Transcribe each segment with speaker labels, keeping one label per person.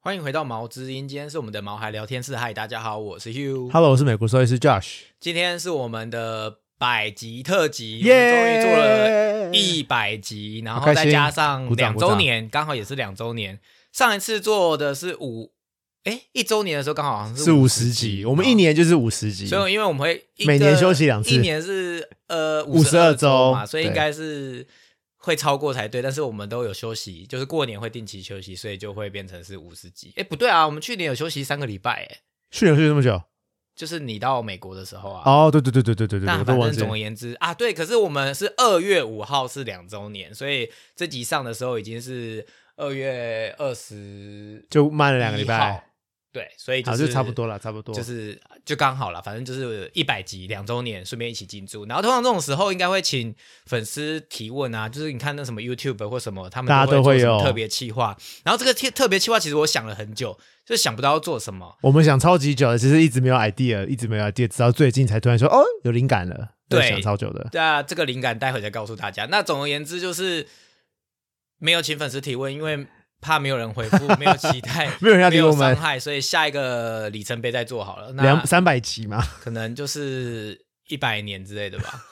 Speaker 1: 欢迎回到毛之音，今天是我们的毛孩聊天室。嗨，大家好，我是 Hugh。
Speaker 2: Hello，我是美国兽医师 Josh。
Speaker 1: 今天是我们的百集特辑，我们终于做了一百集，然后
Speaker 2: 好开
Speaker 1: 再
Speaker 2: 心
Speaker 1: 加上
Speaker 2: 鼓掌
Speaker 1: 两
Speaker 2: 鼓
Speaker 1: 周
Speaker 2: 掌
Speaker 1: 年，刚好也是两周年。上一次做的是五，哎，一周年的时候刚好好像
Speaker 2: 是五十集，我们一、年就是五十集
Speaker 1: 哦，所以因为我们会一个
Speaker 2: 每年休息两次
Speaker 1: 一年是呃
Speaker 2: 52
Speaker 1: 周嘛，
Speaker 2: 周
Speaker 1: 所以应该是会超过才对。但是我们都有休息，就是过年会定期休息，所以就会变成是五十集。哎，不对啊，我们去年有休息三个礼拜，哎，
Speaker 2: 去年去这么久。
Speaker 1: 就是你到美国的时候啊。
Speaker 2: 哦，对对对对对对对，
Speaker 1: 那
Speaker 2: 我
Speaker 1: 反
Speaker 2: 都
Speaker 1: 正
Speaker 2: 忘记
Speaker 1: 总而
Speaker 2: 了。
Speaker 1: 言之啊，对，可是我们是二月五号是两周年，所以这集上的时候已经是二月二十，
Speaker 2: 就慢了两个礼拜，，
Speaker 1: 对，所以就
Speaker 2: 好，
Speaker 1: 是
Speaker 2: 就差不多了，差不多。
Speaker 1: 就是就刚好了，反正就是一百集两周年，顺便一起进驻。然后通常这种时候应该会请粉丝提问啊，就是你看那什么 YouTube 或什么，他们
Speaker 2: 大家
Speaker 1: 都
Speaker 2: 都会
Speaker 1: 做什么
Speaker 2: 有
Speaker 1: 特别企划。然后这个特特别企划，其实我想了很久，就想不到要做什么。
Speaker 2: 我们想超级久的，其实一直没有 idea，一直没有 idea，直到最近才突然说哦，有灵感了。
Speaker 1: 对
Speaker 2: 想超久的。
Speaker 1: 那这个灵感待会再告诉大家。那总而言之就是没有请粉丝提问，因为怕没有人回复，没有期待，
Speaker 2: 没有人要理我们
Speaker 1: 没有伤害，所以下一个里程碑再做好了。那
Speaker 2: 两三百集 嘛，
Speaker 1: 可能就是一百年之类的吧，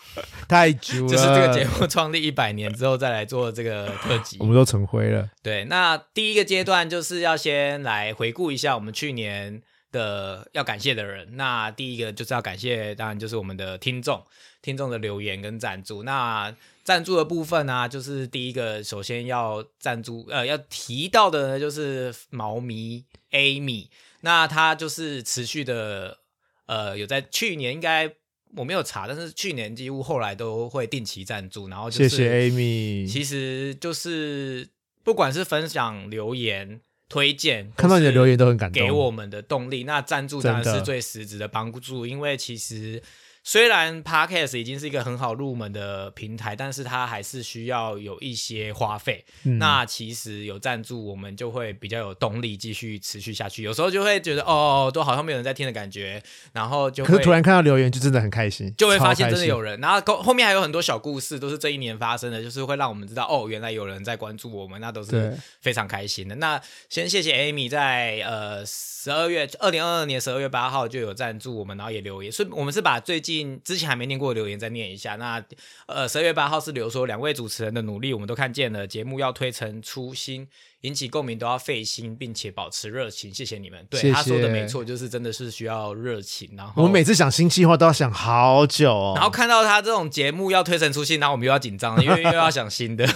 Speaker 2: 太久了。
Speaker 1: 就是这个节，目创立一百年之后再来做这个特辑
Speaker 2: 我。们都成灰了。
Speaker 1: 对，那第一个阶段就是要先来回顾一下我们去年的要感谢的人。那第一个就是要感谢，当然就是我们的听众，听众的留言跟赞助。那赞助的部分呢、就是第一个首先要赞助，呃，要提到的呢就是毛迷 Amy，那他就是持续的，呃，有在去年应该。我没有查，但是去年几乎后来都会定期赞助，然后就
Speaker 2: 谢
Speaker 1: 是
Speaker 2: 谢 Amy。
Speaker 1: 其实就是不管是分享留言、推荐，
Speaker 2: 看到你的留言都很感动。
Speaker 1: 给我们的动力。那赞助当然
Speaker 2: 真的
Speaker 1: 是最实质的帮助，因为其实虽然 Podcast 已经是一个很好入门的平台，但是它还是需要有一些花费。
Speaker 2: 嗯
Speaker 1: 那其实有赞助，我们就会比较有动力继续持续下去。有时候就会觉得哦，都好像没有人在听的感觉，然后就
Speaker 2: 可
Speaker 1: 会
Speaker 2: 是突然看到留言，就真的很开心，
Speaker 1: 就会发
Speaker 2: 超
Speaker 1: 现
Speaker 2: 开
Speaker 1: 真的
Speaker 2: 心
Speaker 1: 有人，然后后后面还有很多小故事，都是这一年发生的，就是会让我们知道哦，原来有人在关注我们，那都是
Speaker 2: 对
Speaker 1: 非常开心的。那先谢谢 Amy 在呃十二月二零二二年十二月八号就有赞助我们，然后也留言，所以我们是把最近之前还没念过的留言再念一下。那呃十二月八号是留说两位主持人的努力，我们都看见了，节目要推陈出新，引起共鸣都要费心，并且保持热情，谢谢你们。对
Speaker 2: 谢谢
Speaker 1: 他说的没错，就是真的是需要热情，然后
Speaker 2: 我们每次想新计划都要想好久哦。
Speaker 1: 然后看到他这种节目要推陈出新，然后我们又要紧张 了，因为又要想新的。
Speaker 2: 我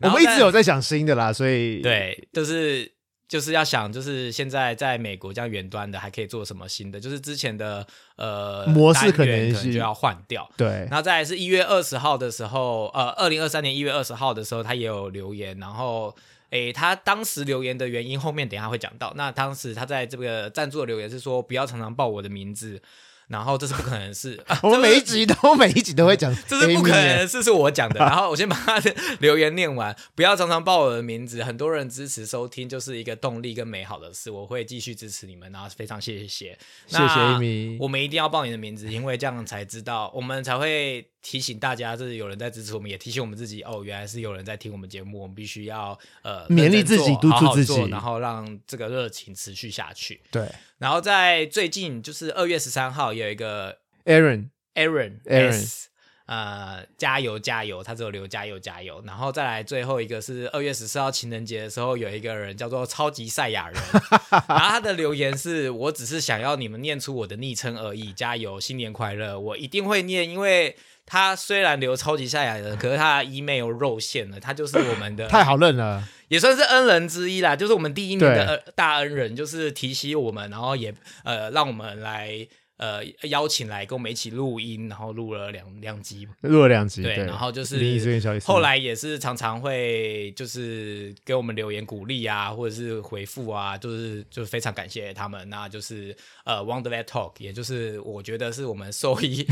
Speaker 1: 然后
Speaker 2: 们一直有
Speaker 1: 但
Speaker 2: 在想新的啦，所以，
Speaker 1: 对，就是就是要想，就是现在在美国这样远端的还可以做什么新的，就是之前的呃
Speaker 2: 模式
Speaker 1: 单
Speaker 2: 可
Speaker 1: 元
Speaker 2: 能
Speaker 1: 可能
Speaker 2: 是
Speaker 1: 就要换掉。
Speaker 2: 对
Speaker 1: 然后再来是一月二十号的时候，呃，二零二三年一月二十号的时候，他也有留言，然后。诶，他当时留言的原因，后面等一下会讲到。那当时他在这个赞助的留言是说，不要常常报我的名字，然后这是不可能是，啊、
Speaker 2: 我们
Speaker 1: 这
Speaker 2: 每一集都每一集都会讲 Amy 耶，
Speaker 1: 这是不可能的事，是我讲的。然后我先把他的 留言念完，不要常常报我的名字。很多人支持收听就是一个动力跟美好的事，我会继续支持你们，然后非常谢谢。
Speaker 2: 谢
Speaker 1: 那
Speaker 2: 谢 Amy
Speaker 1: 我们一定要报你的名字，因为这样才知道，我们才会提醒大家，这是有人在支持我们，也提醒我们自己哦，原来是有人在听我们节目，我们必须要呃
Speaker 2: 勉励
Speaker 1: 认真做
Speaker 2: 自己督促
Speaker 1: 好好
Speaker 2: 自
Speaker 1: 做
Speaker 2: 己
Speaker 1: 然后让这个热情持续下去。
Speaker 2: 对
Speaker 1: 然后在最近就是二月十三号有一个
Speaker 2: Aaron
Speaker 1: Aaron
Speaker 2: Aaron
Speaker 1: S, 呃，加油加油，他只有留加油加油，然后再来最后一个是二月十四号情人节的时候，有一个人叫做超级赛亚人，然后他的留言是我只是想要你们念出我的昵称而已，加油，新年快乐，我一定会念，因为他虽然留超级赛亚人，可是他的 email 肉馅了，他就是我 们的
Speaker 2: 太好认了，
Speaker 1: 也算是恩人之一啦，就是我们第一年的
Speaker 2: 对
Speaker 1: 呃大恩人，就是提携我们，然后也呃让我们来呃邀请来跟我们一起录音，然后录了两两集，
Speaker 2: 录了两集，
Speaker 1: 对，
Speaker 2: 对，
Speaker 1: 然后就是
Speaker 2: 林医师跟小医师，
Speaker 1: 后来也是常常会就是给我们留言鼓励啊，或者是回复啊，就是就是非常感谢他们。那就是呃，Wonder Vet Talk，也就是我觉得是我们兽 医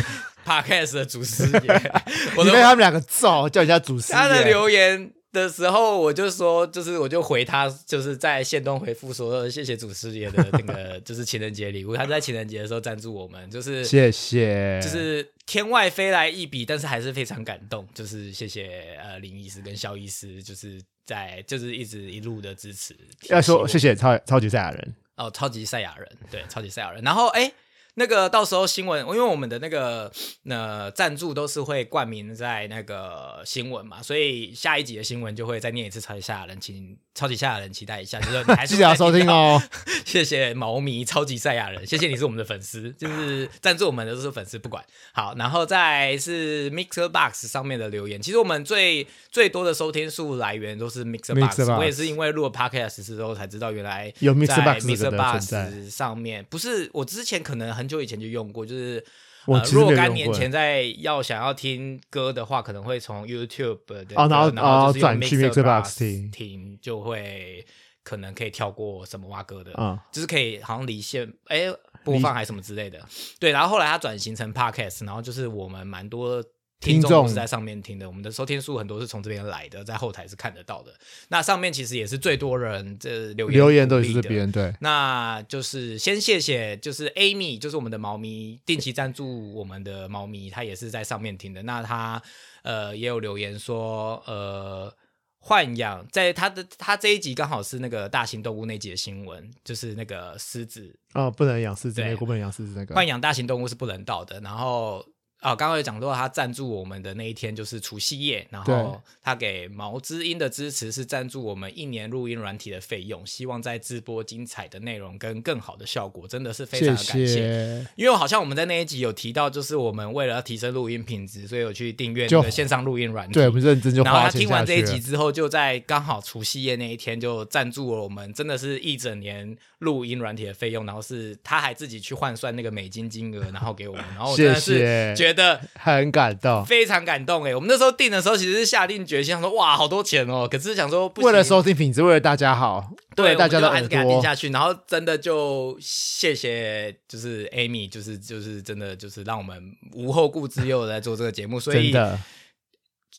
Speaker 1: Podcast 的祖师爷，我
Speaker 2: 你
Speaker 1: 的
Speaker 2: 被他们两个揍，叫人家祖师爷，
Speaker 1: 他的留言的时候，我就说，就是我就回他，就是在线东回复说，谢谢祖师爷的那 个，就是情人节礼物，他在情人节的时候赞助我们，就是
Speaker 2: 谢谢，
Speaker 1: 就是天外飞来一笔，但是还是非常感动，就是谢谢呃林医师跟肖医师，就是在就是一直一路的支持。
Speaker 2: 要说谢
Speaker 1: 谢
Speaker 2: 谢超超级赛亚人，
Speaker 1: 哦，超级赛亚人，对，超级赛亚人。然后哎，那个到时候新闻，因为我们的那个呃赞助都是会冠名在那个新闻嘛，所以下一集的新闻就会再念一次超级赛亚人，请超级赛亚人期待一下，就是你还是
Speaker 2: 记得要收听
Speaker 1: 哦。
Speaker 2: 哦。
Speaker 1: 谢谢毛迷超级赛亚人，谢谢你是我们的粉 丝，就是赞助我们的都是粉丝，不管好。然后再是 Mixer Box 上面的留言，其实我们最最多的收听数来源都是 Mixer Box，,
Speaker 2: Mixer Box
Speaker 1: 我也是因为录了 Podcast 之后才知道原来
Speaker 2: 有 Mixer
Speaker 1: 在
Speaker 2: Box 这个
Speaker 1: Mixer
Speaker 2: 的存
Speaker 1: Box 上面不是我之前可能很久以前就用过，就是。
Speaker 2: 我
Speaker 1: 呃
Speaker 2: 其实没有
Speaker 1: 若干
Speaker 2: 用
Speaker 1: 年
Speaker 2: 过
Speaker 1: 前，在要想要听歌的话，可能会从 YouTube 的
Speaker 2: 哦然后
Speaker 1: 然后就是用
Speaker 2: 哦转去
Speaker 1: Mixer
Speaker 2: Mixer Box
Speaker 1: Box
Speaker 2: 听
Speaker 1: 听，就会可能可以跳过什么蛙哥的
Speaker 2: 嗯
Speaker 1: 就是可以好像离线哎播放还是什么之类的。对，然后后来它转型成 podcast，然后就是我们蛮多。听
Speaker 2: 听众
Speaker 1: 众都是在上面听的，我们的收听数很多是从这边来的，在后台是看得到的。那上面其实也是最多人这留言
Speaker 2: 留言都
Speaker 1: 鼓
Speaker 2: 是
Speaker 1: 励
Speaker 2: 这
Speaker 1: 的。
Speaker 2: 边对。
Speaker 1: 那就是先谢谢，就是 Amy，就是我们的猫咪，定期赞助我们的猫咪，它也是在上面听的。那它呃也有留言说，呃，豢养在它的它这一集刚好是那个大型动物那集的新闻，就是那个狮子
Speaker 2: 哦，不能养狮子，
Speaker 1: 对
Speaker 2: 美国不能养狮子那
Speaker 1: 豢
Speaker 2: 个。
Speaker 1: 养大型动物是不人道的。然后啊，刚刚有讲到他赞助我们的那一天就是除夕夜，然
Speaker 2: 对
Speaker 1: 后他给毛知音的支持是赞助我们一年录音软体的费用，希望在直播精彩的内容跟更好的效果，真的是非常
Speaker 2: 谢
Speaker 1: 的感谢。嗯
Speaker 2: 谢，
Speaker 1: 因为好像我们在那一集有提到，就是我们为了要提升录音品质，所以有去订阅
Speaker 2: 就
Speaker 1: 那个线上录音软体。
Speaker 2: 对我们认真就
Speaker 1: 然后
Speaker 2: 花
Speaker 1: 他
Speaker 2: 钱
Speaker 1: 听
Speaker 2: 下
Speaker 1: 完这
Speaker 2: 去
Speaker 1: 一
Speaker 2: 了
Speaker 1: 集。之后，就在刚好除夕夜那一天就赞助了我们，真的是一整年录音软体的费用。然后是他还自己去换算那个美金金额，然后给我们。然后我真的
Speaker 2: 谢
Speaker 1: 是
Speaker 2: 谢
Speaker 1: 觉得
Speaker 2: 很感动，
Speaker 1: 非常感动哎！我们那时候订的时候，其实是下定决心，想说哇，好多钱哦。可是想说不行
Speaker 2: 为了收听品质，为了大家好，为
Speaker 1: 对
Speaker 2: 了大家的
Speaker 1: 我们
Speaker 2: 耳
Speaker 1: 就还是给他定
Speaker 2: 朵，
Speaker 1: 下去，然后真的就谢谢，就是 Amy，就是就是真的就是让我们无后顾之忧的在做这个节目，所
Speaker 2: 真
Speaker 1: 以
Speaker 2: 的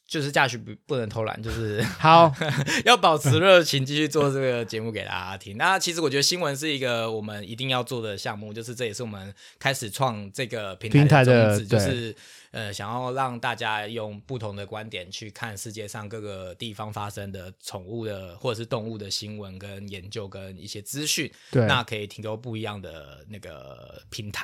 Speaker 1: 就是嫁娶不不能偷懒，就是
Speaker 2: 好，
Speaker 1: 要保持热情，继续做这个节目给大家听。那其实我觉得新闻是一个我们一定要做的项目，就是这也是我们开始创这个平
Speaker 2: 平
Speaker 1: 台
Speaker 2: 台的
Speaker 1: 宗旨，就
Speaker 2: 对
Speaker 1: 是呃想要让大家用不同的观点去看世界上各个地方发生的宠物的或者是动物的新闻跟研究跟一些资讯。
Speaker 2: 对，
Speaker 1: 那可以提供不一样的那个平台。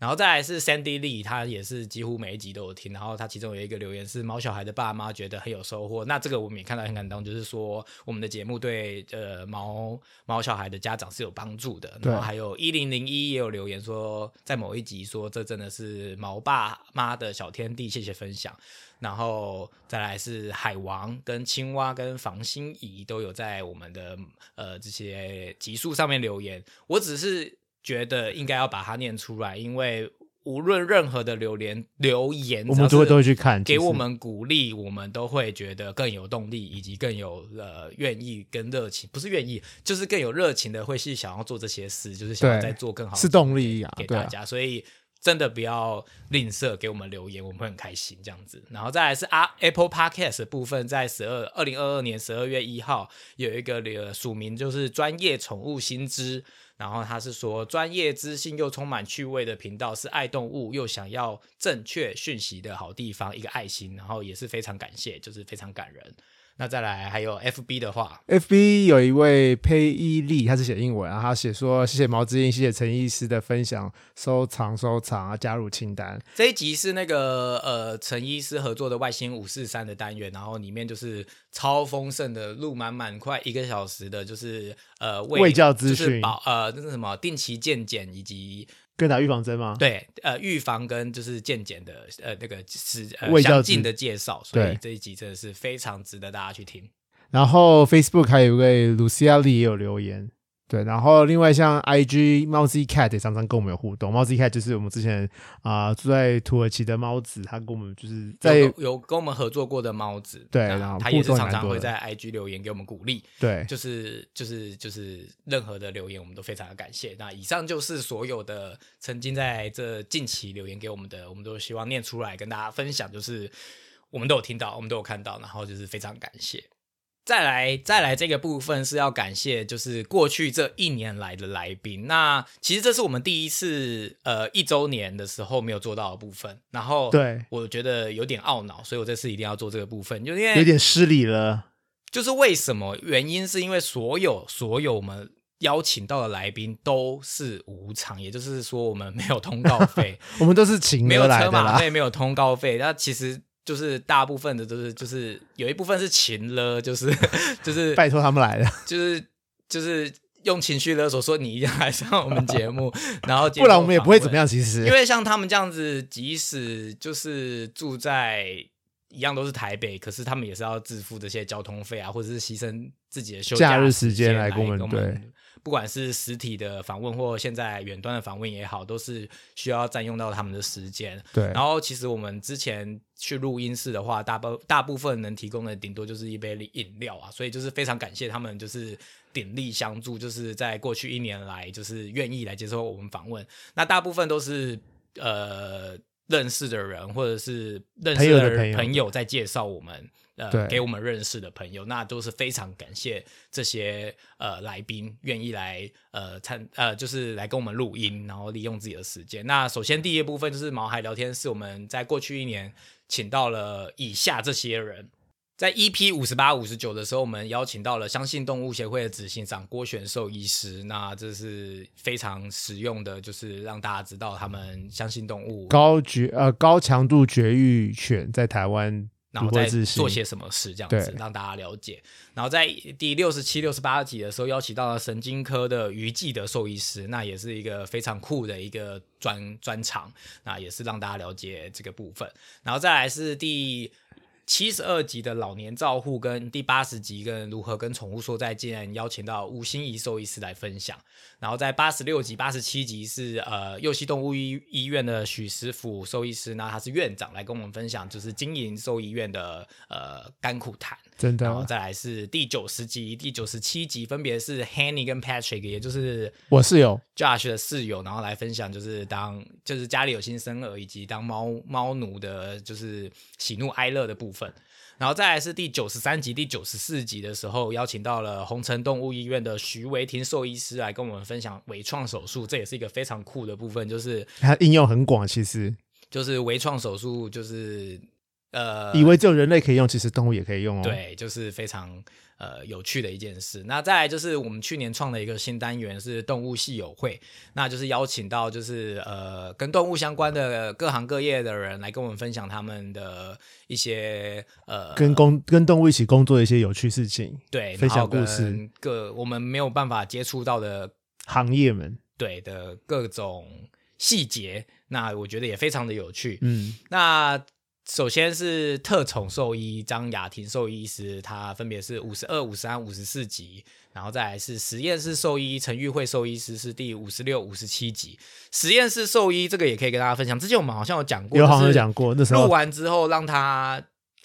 Speaker 1: 然后再来是 Sandy Lee，他也是几乎每一集都有听。然后他其中有一个留言是毛小孩的爸妈觉得很有收获，那这个我们也看到很感动，就是说我们的节目对呃毛毛小孩的家长是有帮助的。
Speaker 2: 对
Speaker 1: 然后还有一零零一也有留言说，在某一集说这真的是毛爸妈的小天地，谢谢分享。然后再来是海王、跟青蛙、跟房心怡都有在我们的呃这些集数上面留言。我只是觉得应该要把它念出来，因为无论任何的留言留言，
Speaker 2: 我们
Speaker 1: 只
Speaker 2: 都
Speaker 1: 要
Speaker 2: 会
Speaker 1: 是
Speaker 2: 都会去看，
Speaker 1: 给
Speaker 2: 其实
Speaker 1: 我们鼓励，我们都会觉得更有动力，以及更有呃愿意跟热情，不是愿意，就是更有热情的会去想要做这些事，就是想要
Speaker 2: 对
Speaker 1: 再做更好的
Speaker 2: 是动力啊，
Speaker 1: 给
Speaker 2: 对
Speaker 1: 大
Speaker 2: 啊，
Speaker 1: 家，所以真的不要吝啬给我们留言，我们会很开心这样子。然后再来是啊 Apple Podcast 的部分，在十二二零二二年十二月一号有一个呃署名就是专业宠物新知，然后他是说专业知性又充满趣味的频道是爱动物又想要正确讯息的好地方，一个爱心，然后也是非常感谢，就是非常感人。那再来还有 FB 的话，
Speaker 2: FB 有一位佩伊利，他是写英文，然后他写说谢谢毛之音，谢谢陈医师的分享，收藏收藏啊，加入清单。
Speaker 1: 这一集是那个呃陈医师合作的外星五四三的单元，然后里面就是超丰盛的录满满快一个小时的，就是呃喂
Speaker 2: 喂教资讯
Speaker 1: 就是保呃那是什么定期健检以及
Speaker 2: 跟打预防针吗？
Speaker 1: 对呃预防跟就是健检的呃那个是呃
Speaker 2: 喂教
Speaker 1: 详
Speaker 2: 资
Speaker 1: 尽的介绍，所以
Speaker 2: 对
Speaker 1: 这一集真的是非常值得大家去听。
Speaker 2: 然后 Facebook 还有一位 Lucia Lee 也有留言，对，然后另外像 IG 猫 Z Cat 也常常跟我们有互动，猫 Z Cat 就是我们之前啊、住在土耳其的猫子，他跟我们就是在
Speaker 1: 有有跟我们合作过的猫子，
Speaker 2: 对
Speaker 1: 那
Speaker 2: 然后
Speaker 1: 他也是
Speaker 2: 互动也
Speaker 1: 常
Speaker 2: 蛮
Speaker 1: 常
Speaker 2: 多
Speaker 1: 会
Speaker 2: 的
Speaker 1: 在 IG 留言给我们鼓励。
Speaker 2: 对
Speaker 1: 就是就是就是任何的留言，我们都非常的感谢。那以上就是所有的曾经在这近期留言给我们的，我们都希望念出来跟大家分享，就是我们都有听到，我们都有看到，然后就是非常感谢。再来，再来这个部分是要感谢，就是过去这一年来的来宾。那其实这是我们第一次，呃，一周年的时候没有做到的部分。然后，
Speaker 2: 对
Speaker 1: 我觉得有点懊恼，所以我这次一定要做这个部分，就因为
Speaker 2: 有点失礼了。
Speaker 1: 就是为什么原因是因为所有所有我们邀请到的来宾都是无偿，也就是说我们没有通告 费，
Speaker 2: 我们都是请
Speaker 1: 没有
Speaker 2: 而来
Speaker 1: 车
Speaker 2: 的
Speaker 1: 马
Speaker 2: 啦，
Speaker 1: 费，没有通告费。那其实就是大部分的都是就是有一部分是情了，就是 就是
Speaker 2: 拜托他们来的，
Speaker 1: 就是就是用情绪勒索说你一定要来上我们节目，然后接
Speaker 2: 不然
Speaker 1: 受
Speaker 2: 我们也不会
Speaker 1: 访问
Speaker 2: 怎么样。其实，
Speaker 1: 因为像他们这样子，即使就是住在一样都是台北，可是他们也是要自付这些交通费啊，或者是牺牲自己的休
Speaker 2: 假日时间
Speaker 1: 间
Speaker 2: 来
Speaker 1: 来
Speaker 2: 跟我们对
Speaker 1: 对。不管是实体的访问或现在远端的访问也好，都是需要占用到他们的时间。
Speaker 2: 对
Speaker 1: 然后其实我们之前去录音室的话，大部大部分能提供的顶多就是一杯饮料啊，所以就是非常感谢他们就是鼎力相助，就是在过去一年来就是愿意来接受我们访问。那大部分都是呃认识的人或者是认识
Speaker 2: 朋友的朋友
Speaker 1: 朋友在介绍我们。
Speaker 2: 对
Speaker 1: 呃，给我们认识的朋友，那都是非常感谢这些呃来宾愿意来呃参呃，就是来跟我们录音，然后利用自己的时间。那首先第一个部分就是毛孩聊天室，我们在过去一年请到了以下这些人，在 EP 五十八、五十九的时候，我们邀请到了相信动物协会的执行长郭选寿医师。那这是非常实用的，就是让大家知道他们相信动物，
Speaker 2: 高绝呃高强度绝育犬在台湾
Speaker 1: 然
Speaker 2: 如
Speaker 1: 后
Speaker 2: 获
Speaker 1: 再
Speaker 2: 自新
Speaker 1: 做，些什么事，这样子
Speaker 2: 对
Speaker 1: 让大家了解。然后在第六十七、六十八集的时候，邀请到了神经科的于记德兽医师，那也是一个非常酷的一个专专场，那也是让大家了解这个部分。然后再来是第七十二集的老年照护，跟第八十集跟如何跟宠物说再见，邀请到吴心怡兽医师来分享。然后在八十六集、八十七集是呃右西动物医医院的许师傅兽医师，那他是院长来跟我们分享，就是经营兽医院的呃甘苦谈。
Speaker 2: 真
Speaker 1: 然后
Speaker 2: 的，啊
Speaker 1: 再来是第九十集、第九十七集，分别是 Hanny 跟 Patrick，也就是
Speaker 2: 我室友
Speaker 1: Josh 的室友，然后来分享就是当就是家里有新生儿以及当猫猫奴的，就是喜怒哀乐的部分。然后再来是第九十三集、第九十四集的时候，邀请到了红城动物医院的徐维婷兽医师来跟我们分享微创手术，这也是一个非常酷的部分，就是
Speaker 2: 它应用很广，其实
Speaker 1: 就是微创手术就是呃
Speaker 2: 以为只有人类可以用，其实动物也可以用哦。，
Speaker 1: 对，就是非常呃有趣的一件事。那再来就是我们去年创的一个新单元是动物系友会，那就是邀请到就是呃跟动物相关的各行各业的人来跟我们分享他们的一些呃
Speaker 2: 跟工跟动物一起工作的一些有趣事情，
Speaker 1: 对
Speaker 2: 分享
Speaker 1: 然后
Speaker 2: 故事
Speaker 1: 跟各我们没有办法接触到的
Speaker 2: 行业们，
Speaker 1: 对的各种细节，那我觉得也非常的有趣。
Speaker 2: 嗯，
Speaker 1: 那首先是特宠兽医张雅婷兽医师，他分别是五十二、五十三、五十四集，然后再来是实验室兽医陈玉慧兽医师是第五十六、五十七集。实验室兽医这个也可以跟大家分享，之前我们好像有讲过，
Speaker 2: 有好像有
Speaker 1: 就是
Speaker 2: 讲过，那时
Speaker 1: 录
Speaker 2: 候
Speaker 1: 完之后让他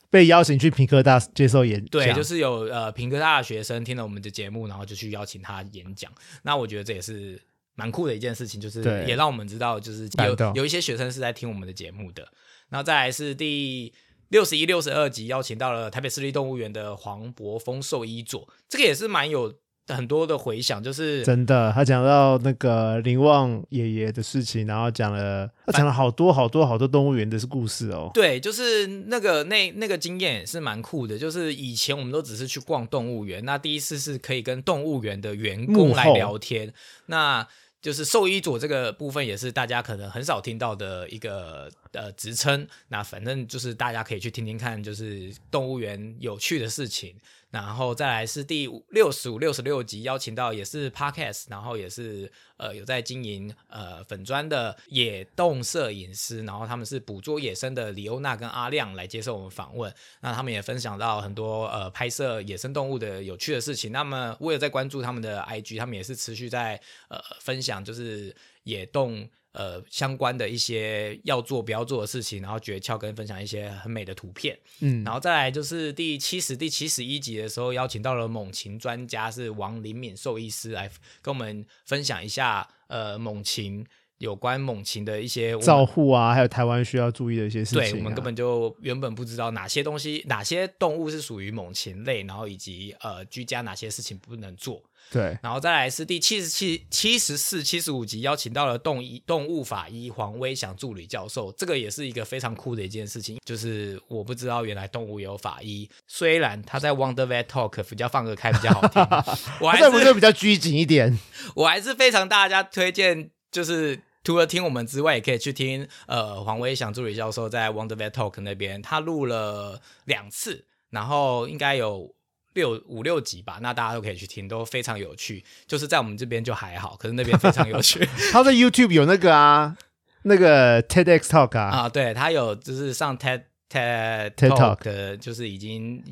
Speaker 2: 被邀请去皮科大接受演讲，
Speaker 1: 对，就是有呃平科大的学生听了我们的节目，然后就去邀请他演讲。那我觉得这也是蛮酷的一件事情，就是
Speaker 2: 对
Speaker 1: 也让我们知道，就是
Speaker 2: 感动
Speaker 1: 有有一些学生是在听我们的节目的。然后再来是第六十一、六十二集，邀请到了台北市立动物园的黄博峰兽医佐，这个也是蛮有很多的回响，就是
Speaker 2: 真的，他讲到那个林旺爷爷的事情，然后讲了，他讲了好多好多好多动物园的故事哦。
Speaker 1: 对，就是那个那那个经验也是蛮酷的。就是以前我们都只是去逛动物园，那第一次是可以跟动物园的员工
Speaker 2: 幕
Speaker 1: 来
Speaker 2: 后
Speaker 1: 聊天，那就是兽医佐这个部分也是大家可能很少听到的一个呃职称。那反正就是大家可以去听听看，就是动物园有趣的事情。然后再来是第六十五、六十六集，邀请到也是 Podcast，然后也是呃有在经营呃粉砖的野动摄影师，然后他们是捕捉野生的李欧娜跟阿亮来接受我们访问。那他们也分享到很多呃拍摄野生动物的有趣的事情。那么我有在关注他们的 IG，他们也是持续在呃分享就是野动。呃，相关的一些要做不要做的事情，然后诀窍跟分享一些很美的图片。
Speaker 2: 嗯，
Speaker 1: 然后再来就是第七十、第七十一集的时候，邀请到了猛禽专家是王林敏兽医师来跟我们分享一下，呃，猛禽有关猛禽的一些我们
Speaker 2: 照护啊，还有台湾需要注意的一些事情、啊。
Speaker 1: 对我们根本就原本不知道哪些东西、哪些动物是属于猛禽类，然后以及呃居家哪些事情不能做。
Speaker 2: 对
Speaker 1: 然后再来是第七十七、七十四、七十五集，邀请到了动医动物法医黄威翔助理教授，这个也是一个非常酷的一件事情。就是我不知道原来动物也有法医，虽然他在 Wonder Vet Talk 比较放得开，比较好听，我还
Speaker 2: 在不是
Speaker 1: 是
Speaker 2: 比较拘谨一 点。
Speaker 1: 我还是非常大家推荐，就是。除了听我们之外，也可以去听呃黄威翔助理教授在 Wonder Vet Talk 那边，他录了两次，然后应该有六五六集吧，那大家都可以去听，都非常有趣。就是在我们这边就还好，可是那边非常有 趣
Speaker 2: 他在 YouTube 有那个啊，那个 TEDx Talk 啊，
Speaker 1: 啊。对他有就是上 TED TED
Speaker 2: TED Talk
Speaker 1: 的，就是已经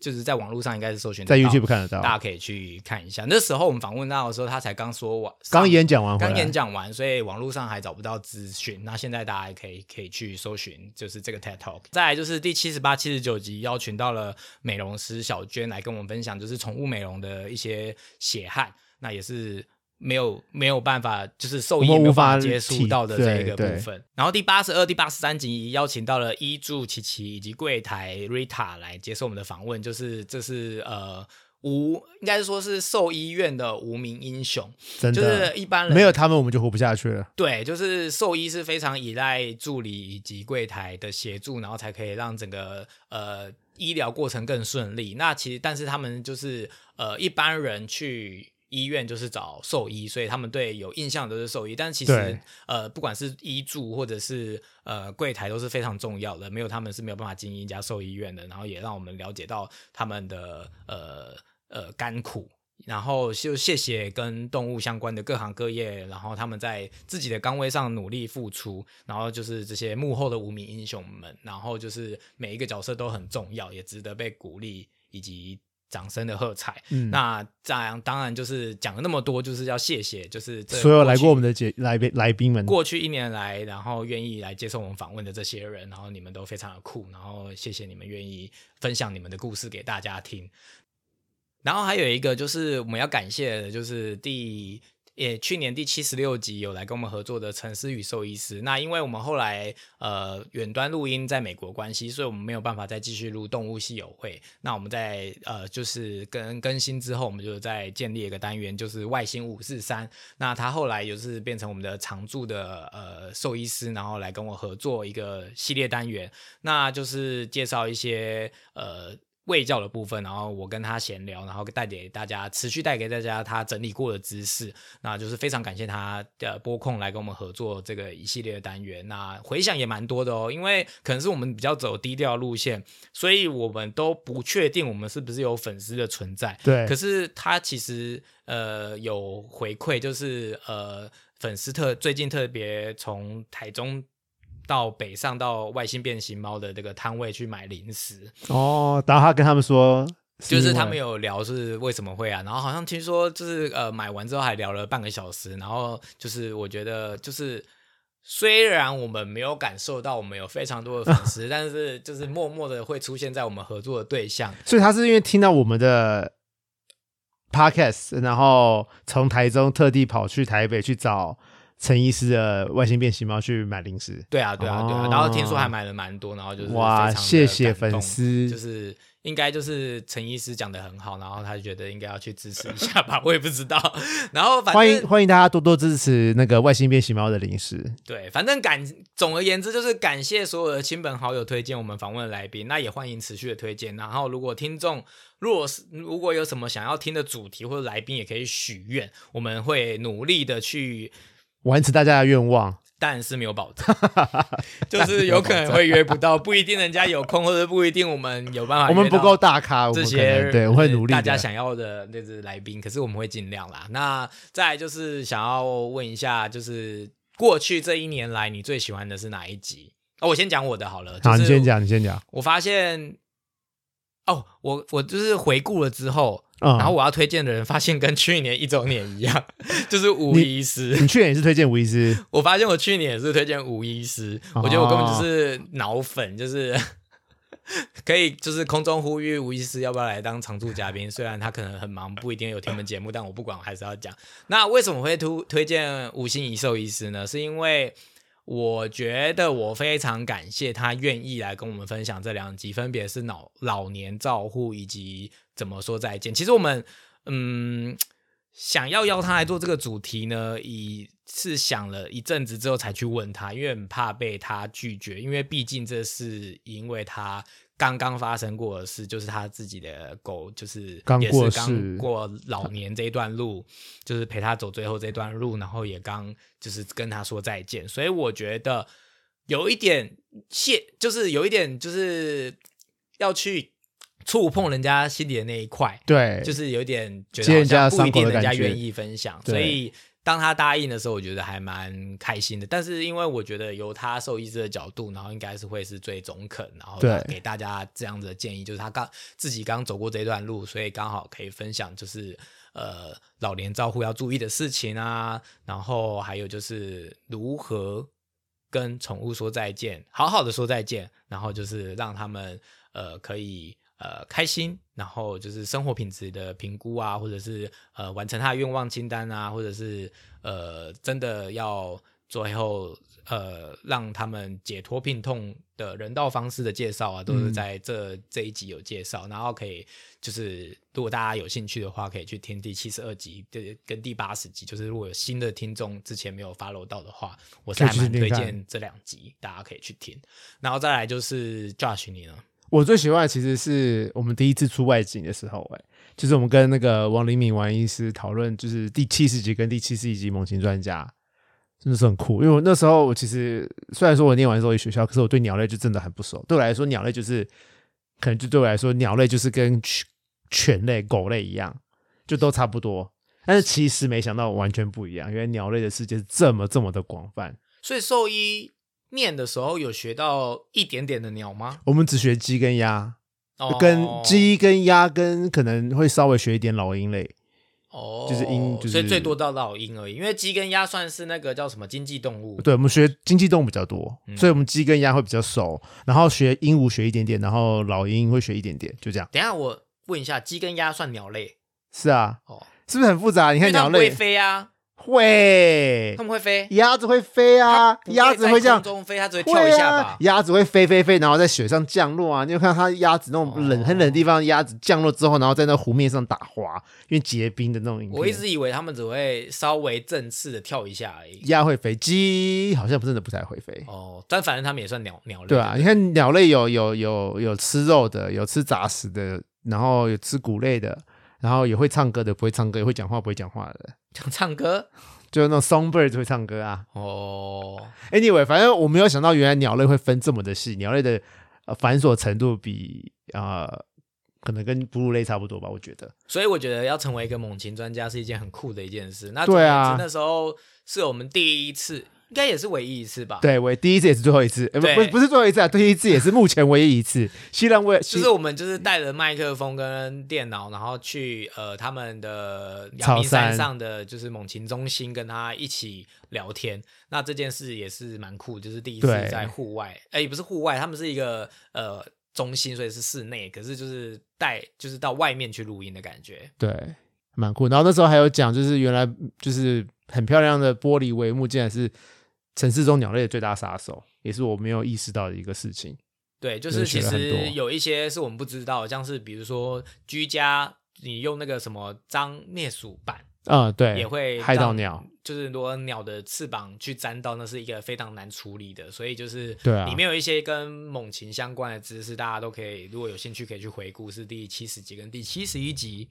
Speaker 1: 就是在网络上应该是搜寻得
Speaker 2: 在
Speaker 1: 到
Speaker 2: YouTube 看得
Speaker 1: 大家
Speaker 2: 到。
Speaker 1: 可以去看一下。那时候我们访问到的时候，他才刚说完，
Speaker 2: 刚演讲完回
Speaker 1: 刚演
Speaker 2: 来，
Speaker 1: 讲完，所以网络上还找不到资讯。那现在大家也可以可以去搜寻，就是这个 TED Talk。再来就是第七十八、七十九集，邀请到了美容师小娟来跟我们分享，就是宠物美容的一些血汗，那也是。没有没有办法，就是受益
Speaker 2: 我们
Speaker 1: 没有
Speaker 2: 无法
Speaker 1: 办法接触
Speaker 2: 体
Speaker 1: 到的这
Speaker 2: 对
Speaker 1: 个
Speaker 2: 对
Speaker 1: 部分。然后第八十二、第八十三集邀请到了伊柱、琪琪以及柜台 Rita 来接受我们的访问，就是这是呃无应该是说是兽医院的无名英雄，
Speaker 2: 真
Speaker 1: 就
Speaker 2: 的
Speaker 1: 是一般人
Speaker 2: 没有他们我们就活不下去了。
Speaker 1: 对，就是兽医是非常依赖助理以及柜台的协助，然后才可以让整个呃医疗过程更顺利。那其实，但是他们就是呃一般人去。医院就是找兽医，所以他们对有印象的都是兽医。但其实
Speaker 2: 对，
Speaker 1: 呃，不管是医助或者是呃柜台都是非常重要的，没有他们是没有办法经营一家兽医院的。然后也让我们了解到他们的呃呃甘苦，然后就谢谢跟动物相关的各行各业，然后他们在自己的岗位上努力付出，然后就是这些幕后的无名英雄们，然后就是每一个角色都很重要，也值得被鼓励以及掌声的喝彩。
Speaker 2: 嗯，
Speaker 1: 那这样当然就是讲了那么多，就是要谢谢，就是这
Speaker 2: 所有来
Speaker 1: 去
Speaker 2: 过我们的节来宾来宾们，
Speaker 1: 过去一年来，然后愿意来接受我们访问的这些人，然后你们都非常的酷，然后谢谢你们愿意分享你们的故事给大家听。然后还有一个就是我们要感谢的，就是第也去年第七十六集有来跟我们合作的陈思宇兽医师。那因为我们后来呃远端录音在美国关系，所以我们没有办法再继续录动物系友会。那我们在呃就是跟更新之后，我们就在建立一个单元，就是外星五四三。那他后来就是变成我们的常驻的呃兽医师，然后来跟我合作一个系列单元，那就是介绍一些呃。卫教的部分，然后我跟他闲聊，然后带给大家持续带给大家他整理过的知识，那就是非常感谢他的播控来跟我们合作这个一系列的单元，那回响也蛮多的哦，因为可能是我们比较走低调路线，所以我们都不确定我们是不是有粉丝的存在，
Speaker 2: 对
Speaker 1: 可，是他其实呃有回馈，就是呃粉丝特最近特别从台中到北上到外星变形猫的这个摊位去买零食，
Speaker 2: 哦，然后他跟他们说，
Speaker 1: 就是他们
Speaker 2: 有
Speaker 1: 有聊是为什么会啊，然后好像听说就是呃买完之后还聊了半个小时，然后就是我觉得就是。虽然我们没有感受到我们有非常多的粉 丝，但是就是默默的会出现在我们合作的对象，
Speaker 2: 所以他是因为听到我们的 podcast，然后从台中特地跑去台北去找陈医师的外星变形猫去买零食。
Speaker 1: 对啊，对啊，对啊。
Speaker 2: 哦
Speaker 1: 然后听说还买了蛮多，然后就是
Speaker 2: 哇，
Speaker 1: 非常地
Speaker 2: 谢谢
Speaker 1: 感动
Speaker 2: 粉，丝，
Speaker 1: 就是应该就是陈医师讲的很好，然后他就觉得应该要去支持一下吧，我 也不知道。然后反
Speaker 2: 欢迎
Speaker 1: 正
Speaker 2: 欢迎大家多多支持那个外星变形猫的零食。
Speaker 1: 对，反正感总而言之就是感谢所有的亲朋好友推荐我们访问的来宾，那也欢迎持续的推荐。然后如果听众如果是如果有什么想要听的主题或者来宾，也可以许愿，我们会努力的去
Speaker 2: 完成大家的愿望，
Speaker 1: 但是没有保 证，就是有可能会约不到，不一定人家有空，或者不一定我们有办法。
Speaker 2: 我们不够大哦咖，我
Speaker 1: 啊这
Speaker 2: 们可
Speaker 1: 些呃
Speaker 2: 能对，我会努力的。
Speaker 1: 大家想要的那只来宾，可是我们会尽量啦。那再来就是想要问一下，就是过去这一年来你最喜欢的是哪一集？哦，我先讲我的好了。
Speaker 2: 好，
Speaker 1: 就是
Speaker 2: 你先。讲，你先讲。
Speaker 1: 我发现，哦，我我就是回顾了之后，
Speaker 2: 嗯，
Speaker 1: 然后我要推荐的人，发现跟去年一周年一样， 就是吴
Speaker 2: 你
Speaker 1: 医师。
Speaker 2: 你去年也是推荐吴医师，
Speaker 1: 我发现我去年也是推荐吴医师，
Speaker 2: 哦
Speaker 1: 我觉得我根本就是脑粉，就是可以就是空中呼吁吴医师要不要来当常驻嘉宾，虽然他可能很忙，不一定有听我们节目，但我不管，我还是要讲。那为什么会推推荐吴心怡兽医师呢？是因为我觉得我非常感谢他愿意来跟我们分享这两集，分别是老老年照护以及怎么说再见。其实我们嗯。想要邀他来做这个主题呢，以是想了一阵子之后才去问他，因为很怕被他拒绝，因为毕竟这是因为他刚刚发生过的事，就是他自己的狗，就是
Speaker 2: 刚
Speaker 1: 也
Speaker 2: 过
Speaker 1: 是
Speaker 2: 世
Speaker 1: 刚过老年这一段路，就是陪他走最后这段路，然后也刚就是跟他说再见，所以我觉得有一点谢，就是有一点就是要去触碰人家心里的那一块，
Speaker 2: 对，
Speaker 1: 就是有点觉
Speaker 2: 揭
Speaker 1: 得
Speaker 2: 人家
Speaker 1: 好
Speaker 2: 的
Speaker 1: 像不一
Speaker 2: 伤口
Speaker 1: 定
Speaker 2: 的
Speaker 1: 人
Speaker 2: 感觉
Speaker 1: 家愿意分享，
Speaker 2: 对
Speaker 1: 所以当他答应的时候，我觉得还蛮开心的。但是因为我觉得由他兽医师的角度，然后应该是会是最中肯，然后
Speaker 2: 对
Speaker 1: 给大家这样子的建议，就是他刚自己刚走过这段路，所以刚好可以分享，就是呃老年照护要注意的事情啊，然后还有就是如何跟宠物说再见，好好的说再见，然后就是让他们呃可以呃开心，然后就是生活品质的评估啊，或者是呃完成他的愿望清单啊，或者是呃真的要最后呃让他们解脱病痛的人道方式的介绍啊，都是
Speaker 2: 嗯
Speaker 1: 在这、这一集有介绍，然后可以就是如果大家有兴趣的话，可以去听第七十二集对跟第八十集，就是如果有新的听众之前没有 follow 到的话，我是
Speaker 2: 可以
Speaker 1: 还
Speaker 2: 去
Speaker 1: 蛮
Speaker 2: 听
Speaker 1: 推
Speaker 2: 听看
Speaker 1: 荐这两集，大家可以去听。然后再来就是 Josh 你呢？
Speaker 2: 我最喜欢的其实是我们第一次出外景的时候、哎，就是我们跟那个王黎敏王医师讨论，就是第七十集跟第七十一集《猛禽专家》，真的是很酷。因为我那时候我其实虽然说我念完兽医学校，可是我对鸟类就真的很不熟。对我来说，鸟类就是可能就对我来说，鸟类就是跟犬犬类、狗类一样，就都差不多。但是其实没想到完全不一样，原来鸟类的世界是这么这么的广泛。
Speaker 1: 所以兽医念的时候有学到一点点的鸟吗？
Speaker 2: 我们只学鸡跟鸭，
Speaker 1: 哦
Speaker 2: 跟鸡跟鸭跟可能会稍微学一点老鹰类，
Speaker 1: 哦，
Speaker 2: 就是鹰就是
Speaker 1: 所以最多到老鹰而已，因为鸡跟鸭算是那个叫什么经济动物。
Speaker 2: 对我们学经济动物比较多，
Speaker 1: 嗯
Speaker 2: 所以我们鸡跟鸭会比较熟，然后学鹦鹉学一点点，然后老鹰会学一点点，就这样。
Speaker 1: 等一下我问一下，鸡跟鸭算鸟类
Speaker 2: 是啊，
Speaker 1: 哦？
Speaker 2: 是不是很复杂？你
Speaker 1: 因
Speaker 2: 看
Speaker 1: 为它
Speaker 2: 鸟
Speaker 1: 们会
Speaker 2: 类
Speaker 1: 飞啊，
Speaker 2: 会
Speaker 1: 它，们会飞，
Speaker 2: 鸭子会飞啊，
Speaker 1: 不
Speaker 2: 鸭子
Speaker 1: 在
Speaker 2: 会这样
Speaker 1: 空。中飞，它只会跳
Speaker 2: 会
Speaker 1: 一下
Speaker 2: 啊
Speaker 1: 吧，？
Speaker 2: 鸭子会飞飞飞，然后在雪上降落啊！你有看到它鸭子那种冷、
Speaker 1: 哦
Speaker 2: 很冷的地方，鸭子降落之后，然后在那湖面上打滑，因为结冰的那种影片。
Speaker 1: 我一直以为它们只会稍微正式的跳一下而已。
Speaker 2: 鸭会飞，鸡好像不真的不太会飞。
Speaker 1: 哦，但反正它们也算鸟鸟类。
Speaker 2: 对啊，你看鸟类有有有有吃肉的，有吃杂食的，然后有吃谷类的，然后也会唱歌的，不会唱歌，也会讲话不会讲话的，
Speaker 1: 想唱歌
Speaker 2: 就是那种 songbird 会唱歌啊。
Speaker 1: 哦，
Speaker 2: Anyway，反正我没有想到原来鸟类会分这么的细，鸟类的、呃、繁琐程度比呃可能跟哺乳类差不多吧，我觉得。
Speaker 1: 所以我觉得要成为一个猛禽专家是一件很酷的一件事。那
Speaker 2: 对啊
Speaker 1: 总而言之那时候是我们第一次，应该也是唯一一次吧？，
Speaker 2: 对，我第一次也是最后一次，呃、不
Speaker 1: 对
Speaker 2: 不不是最后一次啊，第一次也是目前唯一一次。希望我
Speaker 1: 就是我们就是带着麦克风跟电脑，然后去呃他们的阳
Speaker 2: 草
Speaker 1: 明山
Speaker 2: 山
Speaker 1: 上的就是猛禽中心跟他一起聊天。那这件事也是蛮酷，就是第一次
Speaker 2: 对
Speaker 1: 在户外，哎、也不是户外，他们是一个呃中心，所以是室内，可是就是带就是到外面去录音的感觉。
Speaker 2: 对，蛮酷。然后那时候还有讲，就是原来就是很漂亮的玻璃帷幕，竟然是城市中鸟类的最大杀手，也是我没有意识到的一个事情。
Speaker 1: 对，就
Speaker 2: 就是学
Speaker 1: 其
Speaker 2: 了很
Speaker 1: 实
Speaker 2: 多
Speaker 1: 有一些是我们不知道，像是比如说居家，你用那个什么张灭鼠板
Speaker 2: 嗯，对，
Speaker 1: 也会
Speaker 2: 害到
Speaker 1: 让
Speaker 2: 鸟。，
Speaker 1: 就是如果鸟的翅膀去沾到，那是一个非常难处理的，所以就是
Speaker 2: 对啊
Speaker 1: 里面有一些跟猛禽相关的知识，大家都可以如果有兴趣可以去回顾，是第七十集跟第七十一集。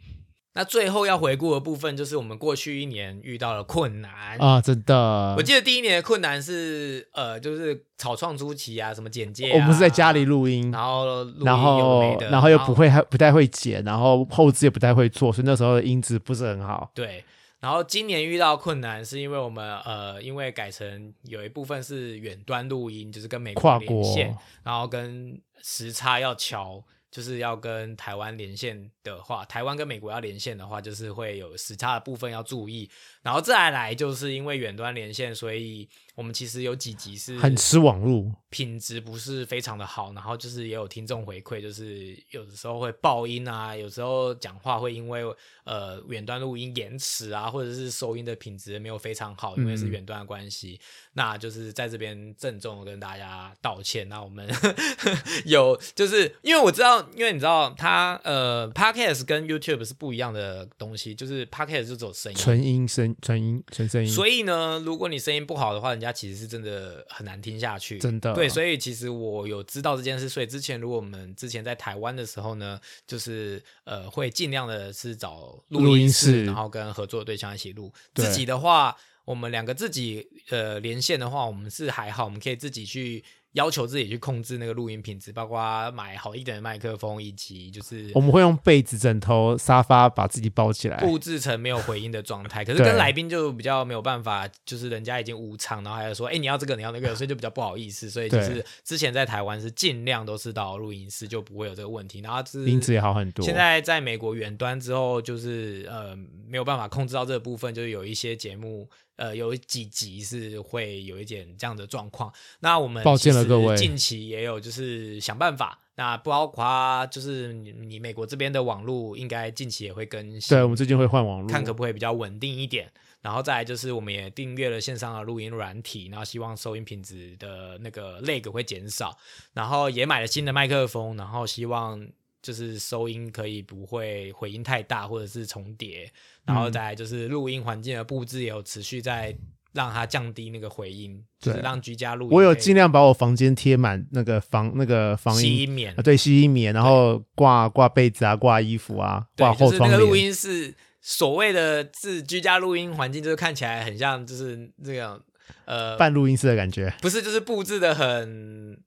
Speaker 1: 那最后要回顾的部分就是我们过去一年遇到了困难
Speaker 2: 啊、真的
Speaker 1: 我。记得第一年的困难是，呃，就是草创初期啊，什么简介、啊，
Speaker 2: 哦我们是在家里录音，
Speaker 1: 然后录音
Speaker 2: 然
Speaker 1: 有的
Speaker 2: 后
Speaker 1: 没的
Speaker 2: 然后又不会还不太会剪，然后后置也不太会做，所以那时候的音质不是很好。
Speaker 1: 对。然后今年遇到困难，是因为我们呃，因为改成有一部分是远端录音，就是跟美国
Speaker 2: 跨
Speaker 1: 连
Speaker 2: 国
Speaker 1: 线，然后跟时差要调，就是要跟台湾连线的话，台湾跟美国要连线的话，就是会有时差的部分要注意。然后再来就是因为远端连线，所以我们其实有几集是
Speaker 2: 很吃网路，
Speaker 1: 品质不是非常的好，然后就是也有听众回馈，就是有的时候会爆音啊，有时候讲话会因为呃远端录音延迟啊，或者是收音的品质没有非常好，因为是
Speaker 2: 嗯
Speaker 1: 远端的关系。那就是在这边郑重地跟大家道歉。那我们 有就是因为我知道，因为你知道它呃 podcast 跟 YouTube 是不一样的东西，就是 podcast 就只有声音，
Speaker 2: 纯音声、纯音、纯声音，
Speaker 1: 所以呢，如果你声音不好的话，人家其实是真的很难听下去。
Speaker 2: 真的
Speaker 1: 对，所以其实我有知道这件事，所以之前如果我们之前在台湾的时候呢，就是呃会尽量的是找
Speaker 2: 录
Speaker 1: 音
Speaker 2: 音
Speaker 1: 室，
Speaker 2: 室
Speaker 1: 然后跟合作对象一起录。
Speaker 2: 对
Speaker 1: 自己的话，我们两个自己呃连线的话，我们是还好，我们可以自己去。要求自己去控制那个录音品质，包括买好一点的麦克风，以及就是
Speaker 2: 我们会用被子、枕头、沙发把自己包起来。
Speaker 1: 布置成没有回音的状态。可是
Speaker 2: 哎对
Speaker 1: 跟来宾就比较没有办法，就是人家已经无偿，然后还要说，哎、你要这个，你要那 个，所以就比较不好意思。所以就是
Speaker 2: 对
Speaker 1: 之前在台湾是尽量都是到录音室，就不会有这个问题。然后是
Speaker 2: 音质也好很多。
Speaker 1: 现在在美国远端之后，就是呃没有办法控制到这个部分，就是有一些节目呃有几集是会有一点这样的状况。那我们
Speaker 2: 抱歉
Speaker 1: 其实
Speaker 2: 了各位
Speaker 1: 近期也有就是想办法。那包括就是你你美国这边的网络，应该近期也会更新。
Speaker 2: 对我们最近会换网路，
Speaker 1: 看可不可以比较稳定一点。然后再来就是，我们也订阅了线上的录音软体，然后希望收音品质的那个 lag 会减少。然后也买了新的麦克风，然后希望就是收音可以不会回音太大或者是重叠。然
Speaker 2: 嗯
Speaker 1: 后再来就是录音环境的布置也有持续在让它降低那个回音，就是
Speaker 2: 对
Speaker 1: 让居家录音
Speaker 2: 我有
Speaker 1: 可以
Speaker 2: 尽量把我房间贴满那个防那个防
Speaker 1: 吸
Speaker 2: 音
Speaker 1: 音棉
Speaker 2: 啊，对，吸音棉，然后挂挂被子啊，挂衣服啊，
Speaker 1: 对
Speaker 2: 挂，
Speaker 1: 就
Speaker 2: 后
Speaker 1: 是
Speaker 2: 窗
Speaker 1: 那个录
Speaker 2: 帘。
Speaker 1: 音室所谓的是居家录音环境，就是看起来很像就是这样呃
Speaker 2: 半录音室的感觉，
Speaker 1: 不是就是布置的很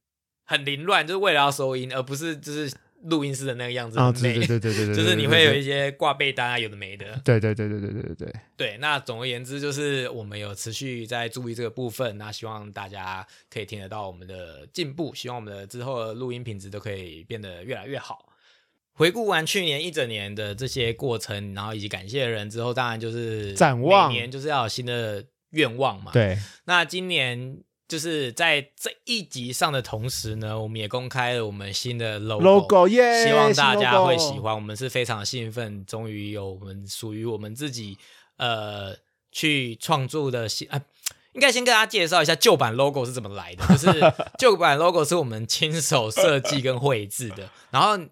Speaker 1: 很凌乱，就是为了要收音，而不是就是录音室的那个样子
Speaker 2: 啊，
Speaker 1: 很美
Speaker 2: 对 对对对对对，
Speaker 1: 就是
Speaker 2: 对
Speaker 1: 你会有一，啊些挂被单啊，有的没的。
Speaker 2: 对对对对对对对对对，
Speaker 1: 对，那总而言之，就是我们有持续在注意这个部分，那希望大家可以听得到我们的进步，希望我们的之后的录音品质都可以变得越来越好。回顾完去年一整年的这些过程，然后以及感谢的人之后，当然就是
Speaker 2: 展望
Speaker 1: 每年就是要有新的愿望嘛。
Speaker 2: 对
Speaker 1: 那今年就是在这一集上的同时呢，我们也公开了我们新的 logo。
Speaker 2: logo 耶，
Speaker 1: 希望
Speaker 2: 新
Speaker 1: 大家会
Speaker 2: logo
Speaker 1: 喜。欢，我们是非常兴奋，终于有我们属于我们自己呃去创作的新啊，应该先跟大家介绍一下旧版 logo 是怎么来的，就是 旧版 logo 是我们亲手设计跟绘制的，然后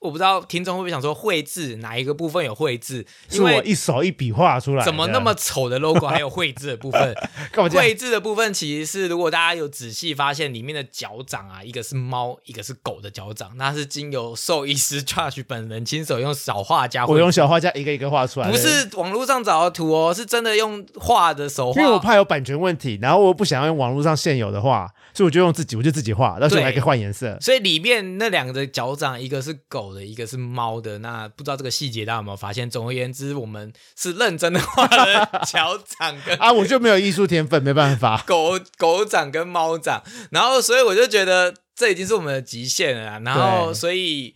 Speaker 1: 我不知道听众会不会想说绘制哪一个部分有绘制，
Speaker 2: 是
Speaker 1: 因
Speaker 2: 我
Speaker 1: 为
Speaker 2: 一手一笔画出来的，
Speaker 1: 怎么那么丑的 logo 还有绘制的部分，
Speaker 2: 干嘛这样？
Speaker 1: 绘制的部分其实是，如果大家有仔细发现，里面的脚掌啊，一个是猫，一个是狗的脚掌，那是经由兽医师 Josh 本人亲手用小画家绘
Speaker 2: 我
Speaker 1: 制，
Speaker 2: 用小画家一个一个画出来的，
Speaker 1: 不是网络上找的图哦，是真的用画的手
Speaker 2: 因为我
Speaker 1: 画。
Speaker 2: 怕有版权问题，然后我又不想要用网络上现有的画，所以我就用自己，我就自己画，到时候
Speaker 1: 对
Speaker 2: 还可以换颜色。
Speaker 1: 所以里面那两个的脚掌，一个是狗的，一个是猫的。那不知道这个细节大家有没有发现？总而言之，我们是认真的 画了脚掌跟。
Speaker 2: 啊，我就没有艺术天分，没办法
Speaker 1: 狗狗掌跟猫掌，然后所以我就觉得这已经是我们的极限了啦。然后
Speaker 2: 对
Speaker 1: 所以，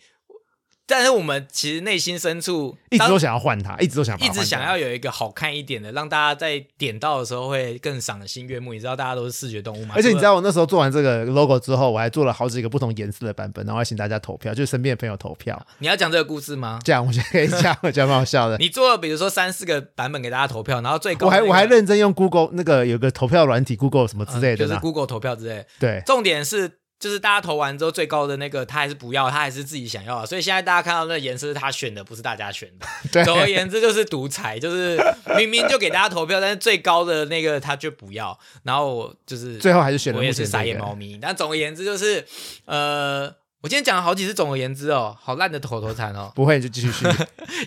Speaker 1: 但是我们其实内心深处
Speaker 2: 一直
Speaker 1: 当
Speaker 2: 都想要换它，一直都想把它
Speaker 1: 一直
Speaker 2: 换掉
Speaker 1: 想要有一个好看一点的，让大家在点到的时候会更赏心悦目。你知道大家都是视觉动物嘛？
Speaker 2: 而且你知
Speaker 1: 道，
Speaker 2: 道，我那时候做完这个 logo 之后，我还做了好几个不同颜色的版本，然后还请大家投票，就是身边的朋友投票。
Speaker 1: 你要讲这个故事吗？
Speaker 2: 这样我觉得可以这样，我觉得蛮好笑的。
Speaker 1: 啊你做了比如说三四个版本给大家投票，然后最高
Speaker 2: 我还
Speaker 1: 那个
Speaker 2: 我还认真用 Google 那个有个投票软体 Google 什么之
Speaker 1: 嗯
Speaker 2: 类的
Speaker 1: 就是
Speaker 2: 啦，
Speaker 1: Google 投票之类的。
Speaker 2: 对，
Speaker 1: 重点是，就是大家投完之后，最高的那个他还是不要，他还是自己想要的。所以现在大家看到那个颜色是他选的，不是大家选的。
Speaker 2: 对
Speaker 1: 总而言之就是独裁，就是明明就给大家投票，但是最高的那个他就不要。然后我就是
Speaker 2: 最后还是选了
Speaker 1: 我也
Speaker 2: 目
Speaker 1: 是
Speaker 2: 前
Speaker 1: 傻眼
Speaker 2: 这个
Speaker 1: 猫。咪。但总而言之就是，呃，我今天讲了好几次，总而言之哦，好烂的口头禅哦。
Speaker 2: 不会就继 续续，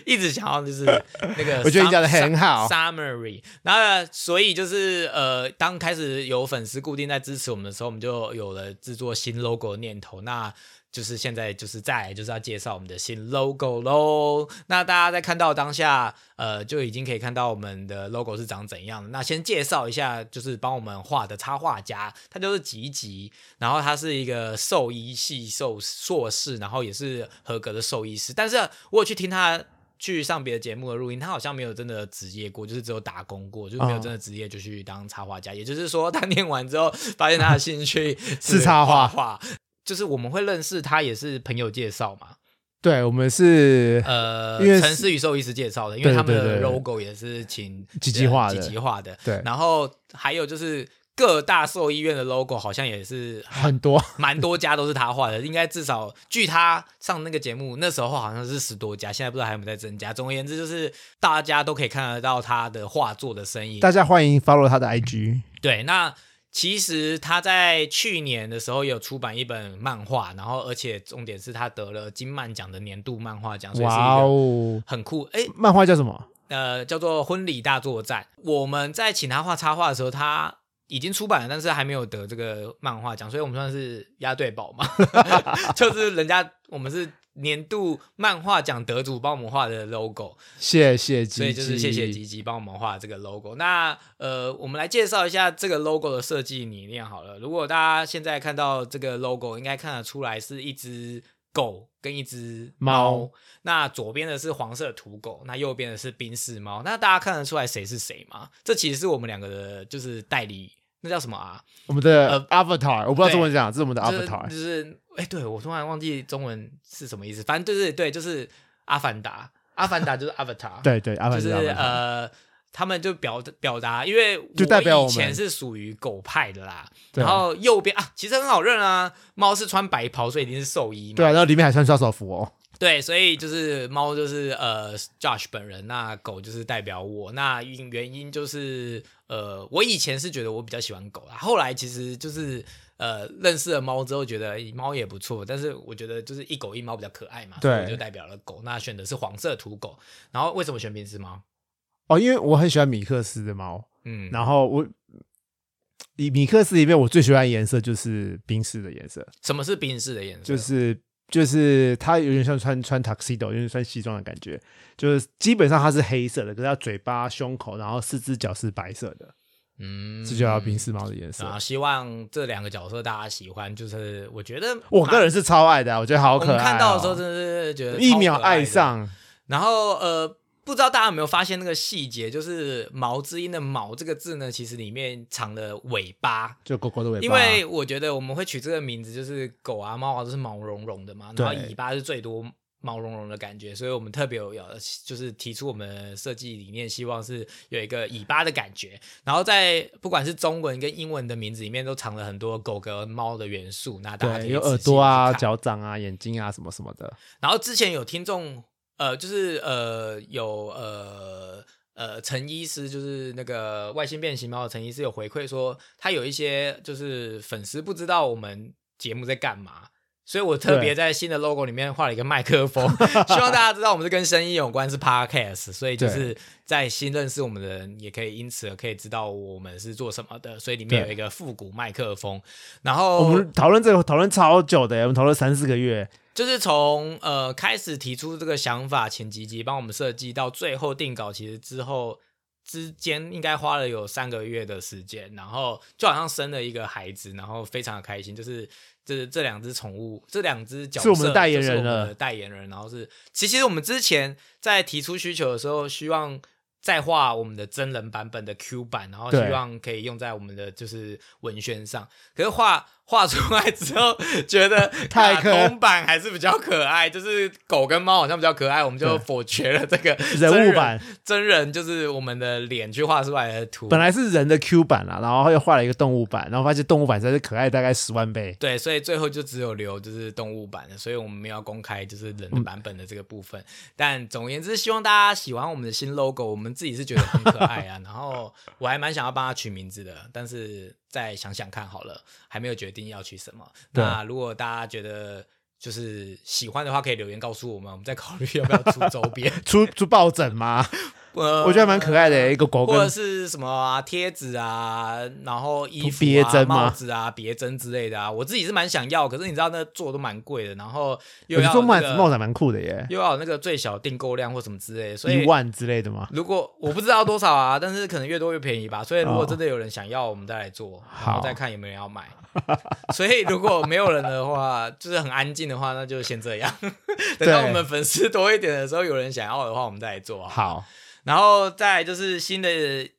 Speaker 1: 一直想要 就是那个 sum-
Speaker 2: 我觉得你讲得很好
Speaker 1: sum-，summary。那所以就是呃，当开始有粉丝固定在支持我们的时候，我们就有了制作新 logo 的念头。那就是现在就是再来就是要介绍我们的新 logo 喽。那大家在看到当下，呃，就已经可以看到我们的 logo 是长怎样的。那先介绍一下，就是帮我们画的插画家，他就是吉吉。然后他是一个兽医系兽硕士，然后也是合格的兽医师。但是我有去听他去上别的节目的录音，他好像没有真的职业过，就是只有打工过，就是没有真的职业就去当插画
Speaker 2: 哦
Speaker 1: 家。也就是说，他念完之后发现他的兴趣
Speaker 2: 是插画
Speaker 1: 画画，就是我们会认识他也是朋友介绍嘛。
Speaker 2: 对，我们是
Speaker 1: 呃，
Speaker 2: 因为
Speaker 1: 陈思宇兽医师介绍的，因为
Speaker 2: 对
Speaker 1: 他们
Speaker 2: 对
Speaker 1: 的
Speaker 2: 对
Speaker 1: logo 也是请呃
Speaker 2: 几级画的
Speaker 1: 几级画的。
Speaker 2: 对
Speaker 1: 然后还有就是各大兽医院的 logo 好像也是
Speaker 2: 很多，
Speaker 1: 蛮多家都是他画的，应该至少据他上那个节目那时候好像是十多家，现在不知道还有没有在增加。总而言之，就是大家都可以看得到他的画作的身影。
Speaker 2: 大家欢迎 follow 他的 IG。
Speaker 1: 对，那其实他在去年的时候也有出版一本漫画，然后而且重点是他得了金漫奖的年度漫画奖，所以是一
Speaker 2: 哇
Speaker 1: 个
Speaker 2: 哦，
Speaker 1: 很酷。哎，
Speaker 2: 漫画叫什么？
Speaker 1: 呃，叫做《婚礼大作战》。我们在请他画插画的时候，他已经出版了，但是还没有得这个漫画奖，所以我们算是押对宝嘛， 就是人家我们是年度漫画奖得主帮我们画的 logo，
Speaker 2: 谢谢吉吉，
Speaker 1: 所以就是谢谢吉吉帮我们画这个 logo。那呃，我们来介绍一下这个 logo 的设计理念好了。如果大家现在看到这个 logo，应该看得出来是一只。狗跟一只
Speaker 2: 猫
Speaker 1: 猫，那左边的是黄色土狗，那右边的是冰室猫。那大家看得出来谁是谁吗？这其实是我们两个的，就是代理，那叫什么啊？
Speaker 2: 我们的
Speaker 1: 呃
Speaker 2: avatar，我不知道
Speaker 1: 对
Speaker 2: 中文讲，这是我们的
Speaker 1: 就是
Speaker 2: avatar，
Speaker 1: 就是哎、对我突然忘记中文是什么意思，反正对对对，就是阿凡达，阿凡达就是 avatar，
Speaker 2: 对对，avatar
Speaker 1: 啊就是
Speaker 2: 是 avatar，
Speaker 1: 呃，他们就表表达，因为
Speaker 2: 就代表我
Speaker 1: 以
Speaker 2: 们
Speaker 1: 前是属于狗派的啦。
Speaker 2: 对
Speaker 1: 然后右边啊，其实很好认啊，猫是穿白袍，所以一定是兽医嘛。
Speaker 2: 对啊，然后里面还穿刷手服哦，
Speaker 1: 对，所以就是猫就是呃 Josh 本人，那狗就是代表我。那因原因就是呃，我以前是觉得我比较喜欢狗啦，后来其实就是呃认识了猫之后，觉得诶猫也不错，但是我觉得就是一狗一猫比较可爱嘛，
Speaker 2: 对
Speaker 1: 所以我就代表了狗。那选的是黄色土狗，然后为什么选冰丝猫？
Speaker 2: 哦，因为我很喜欢米克斯的猫，
Speaker 1: 嗯，
Speaker 2: 然后我以米克斯里面我最喜欢的颜色就是冰室的颜色，
Speaker 1: 什么是冰室的颜色？
Speaker 2: 就是就是它有点像穿穿 tuxedo，有点穿西装的感觉，就是基本上它是黑色的，可是它嘴巴、胸口，然后四只脚是白色的，
Speaker 1: 嗯，
Speaker 2: 这就叫冰丝猫的颜色。
Speaker 1: 啊，希望这两个角色大家喜欢。就是我觉得
Speaker 2: 我个人是超爱的啊、我觉得好
Speaker 1: 我
Speaker 2: 可爱哦、
Speaker 1: 们看到的时候，真的是觉得
Speaker 2: 一
Speaker 1: 超
Speaker 2: 秒
Speaker 1: 可爱
Speaker 2: 爱
Speaker 1: 的。
Speaker 2: 上，
Speaker 1: 然后呃，不知道大家有没有发现那个细节，就是“毛”之音的“毛”这个字呢，其实里面藏了尾巴。
Speaker 2: 就狗狗的尾巴，
Speaker 1: 因为我觉得我们会取这个名字，就是狗啊、猫啊都是毛茸茸的嘛，然后
Speaker 2: 对
Speaker 1: 尾巴是最多毛茸茸的感觉，所以我们特别有要就是提出我们设计理念，希望是有一个尾巴的感觉。然后在不管是中文跟英文的名字里面，都藏了很多狗跟猫的元素，那大家可
Speaker 2: 对
Speaker 1: 以
Speaker 2: 有
Speaker 1: 仔细
Speaker 2: 耳朵啊、
Speaker 1: 去看
Speaker 2: 脚掌啊、眼睛啊什么什么的，
Speaker 1: 然后之前有听众，呃，就是呃有呃呃陈医师，就是那个外星变形猫的陈医师有回馈说，他有一些就是粉丝不知道我们节目在干嘛。所以我特别
Speaker 2: 对
Speaker 1: 在新的 logo 里面画了一个麦克风， 希望大家知道我们是跟声音有关，是 podcast，所以就是在新认识我们的人也可以因此而可以知道我们是做什么的。所以里面
Speaker 2: 对
Speaker 1: 有一个复古麦克风，然后
Speaker 2: 我们讨论这个讨论超久的耶，我们讨论三四个月，
Speaker 1: 就是从呃开始提出这个想法，请吉吉帮我们设计到最后定稿，其实之后之间应该花了有三个月的时间，然后就好像生了一个孩子，然后非常的开心，就是这这两只宠物，这两只角色
Speaker 2: 是我们的代言
Speaker 1: 就是
Speaker 2: 人了
Speaker 1: 我们的代言人，然后是其实我们之前在提出需求的时候，希望。再画我们的真人版本的 Q 版，然后希
Speaker 2: 对
Speaker 1: 望可以用在我们的就是文宣上。可是画画出来之后，觉得
Speaker 2: 太可
Speaker 1: 卡通版还是比较可爱， 就是狗跟猫好像比较可爱，我们就
Speaker 2: 对
Speaker 1: 否决了这个
Speaker 2: 人物版
Speaker 1: 真人真人，就是我们的脸去画出来的图。
Speaker 2: 本来是人的 Q 版啊啦，然后又画了一个动物版，然后发现动物版实在是可爱大概十万倍。
Speaker 1: 对，所以最后就只有留就是动物版的，所以我们没有公开就是人
Speaker 2: 嗯
Speaker 1: 的版本的这个部分。但总而言之，希望大家喜欢我们的新 logo，我们自己是觉得很可爱啊。然后我还蛮想要帮它取名字的，但是再想想看好了，还没有决定要取什么。
Speaker 2: 对
Speaker 1: 那如果大家觉得就是喜欢的话，可以留言告诉我们，我们再考虑要不要出周边。
Speaker 2: 出出抱枕吗？
Speaker 1: 呃，
Speaker 2: 我觉得蛮可爱的一个狗
Speaker 1: 或者
Speaker 2: 跟
Speaker 1: 是什么啊贴纸啊，然后衣服
Speaker 2: 别
Speaker 1: 啊、
Speaker 2: 针吗
Speaker 1: 帽子啊、别针之类的啊，我自己是蛮想要，可是你知道那做都蛮贵的，然后又
Speaker 2: 有
Speaker 1: 要、那
Speaker 2: 做帽
Speaker 1: 个
Speaker 2: 子帽子还蛮酷的耶，
Speaker 1: 又要有那个最小订购量或什么之类的，所以
Speaker 2: 一万之类的嘛。
Speaker 1: 如果我不知道多少啊，但是可能越多越便宜吧。所以如果
Speaker 2: 哦
Speaker 1: 真的有人想要，我们再来做，然
Speaker 2: 好
Speaker 1: 后再看有没有人要买。 所以如果没有人的话，就是很安静的话，那就先这样。 等到我
Speaker 2: 对
Speaker 1: 们粉丝多一点的时候，有人想要的话，我们再来做啊。
Speaker 2: 好，
Speaker 1: 然后再来就是新的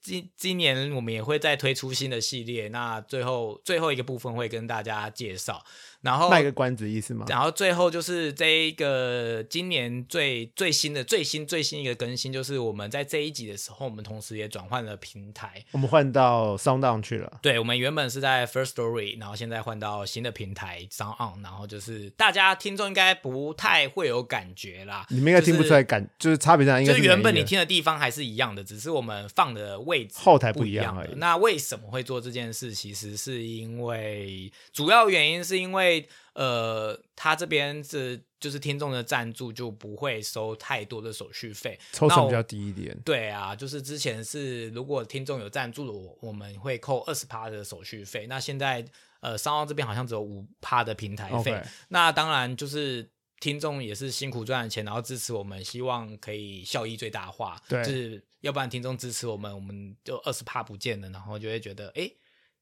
Speaker 1: 今今年我们也会再推出新的系列。那最后最后一个部分会跟大家介绍，然后
Speaker 2: 卖个关子意思吗？
Speaker 1: 然后最后就是这一个今年最最新的最新最新一个更新，就是我们在这一集的时候，我们同时也转换了平台。
Speaker 2: 我们换到 Sound On 去了。
Speaker 1: 对，我们原本是在 First Story，然后现在换到新的平台 Sound On，然后就是大家听众应该不太会有感觉啦，
Speaker 2: 你们应该听不出来
Speaker 1: 就是
Speaker 2: 感，就是差别在哪应该
Speaker 1: 就是是原
Speaker 2: 没
Speaker 1: 本你
Speaker 2: 的
Speaker 1: 听的地方还是一样的，只是我们放的位置
Speaker 2: 后台不
Speaker 1: 不
Speaker 2: 一
Speaker 1: 一
Speaker 2: 样
Speaker 1: 的
Speaker 2: 而已
Speaker 1: 那为什么会做这件事？其实是因为主要原因是因为呃，他这边是就是听众的赞助就不会收太多的手续费，
Speaker 2: 抽
Speaker 1: 那
Speaker 2: 成
Speaker 1: 我
Speaker 2: 比较低一点。
Speaker 1: 对啊，就是之前是如果听众有赞助的，我我们会扣二十趴的手续费。那现在呃，商澳这边好像只有五趴的平台费。
Speaker 2: OK
Speaker 1: 那当然就是听众也是辛苦赚的钱，然后支持我们，希望可以效益最大化。
Speaker 2: 对
Speaker 1: 就是要不然听众支持我们，我们就二十趴不见了，然后就会觉得诶，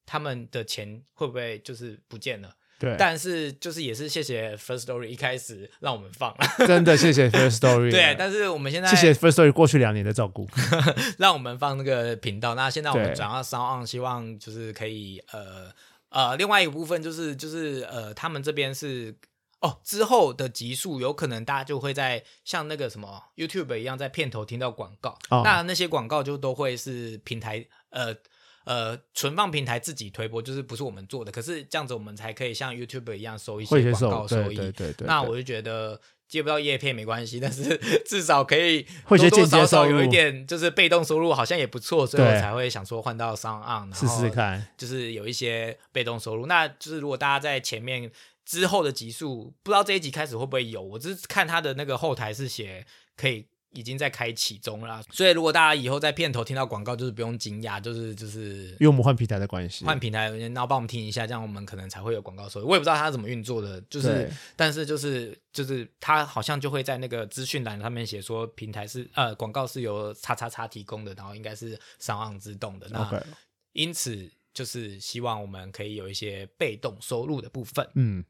Speaker 1: 他们的钱会不会就是不见了？
Speaker 2: 对，
Speaker 1: 但是就是也是谢谢 First Story 一开始让我们放，
Speaker 2: 真的谢谢 First Story，啊
Speaker 1: 对，但是我们现在
Speaker 2: 谢谢 First Story 过去两年的照顾。
Speaker 1: 让我们放那个频道。那现在我
Speaker 2: 对
Speaker 1: 们转到 Sound On，希望就是可以呃呃，另外一个部分就是就是呃，他们这边是哦，之后的集数有可能大家就会在像那个什么 YouTube 一样，在片头听到广告。
Speaker 2: 哦
Speaker 1: 那那些广告就都会是平台呃。呃，存放平台自己推播，就是不是我们做的，可是这样子我们才可以像 YouTube 一样收一
Speaker 2: 会
Speaker 1: 些
Speaker 2: 接
Speaker 1: 广
Speaker 2: 受，
Speaker 1: 告收益。
Speaker 2: 对对对对。
Speaker 1: 那
Speaker 2: 对
Speaker 1: 我就觉得接不到叶片没关系， 但是至少可以
Speaker 2: 会有些
Speaker 1: 多多
Speaker 2: 间接
Speaker 1: 少
Speaker 2: 收
Speaker 1: 少
Speaker 2: 入
Speaker 1: 有一点就是被动收入，好像也不错，所以
Speaker 2: 对
Speaker 1: 我才会想说换到商岸，然后
Speaker 2: 试试看。
Speaker 1: 就是有一些被动收入。那就是如果大家在前面之后的集数，不知道这一集开始会不会有，我只是看他的那个后台是写可以。已经在开启中啦，所以如果大家以后在片头听到广告，就是不用惊讶，就是就是
Speaker 2: 因为我们换平台的关系，
Speaker 1: 换平台，然后帮我们听一下，这样我们可能才会有广告收益。我也不知道他怎么运作的，就是
Speaker 2: 对，
Speaker 1: 但是就是就是他好像就会在那个资讯栏上面写说，平台是呃广告是由叉叉叉提供的，然后应该是上岸自动的。那
Speaker 2: OK
Speaker 1: 因此就是希望我们可以有一些被动收入的部分。
Speaker 2: 嗯，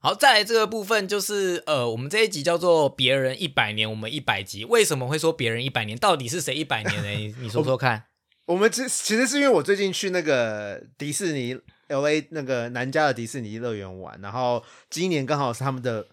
Speaker 1: 好，再来这个部分就是呃，我们这一集叫做“别人一百年，我们一百集”。为什么会说别人一百年？到底是谁一百年呢？你你说
Speaker 2: 哦
Speaker 1: 说看。
Speaker 2: 我们其其实是因为我最近去那个迪士尼 L A 那个南加的迪士尼乐园玩，然后今年刚好是他们的，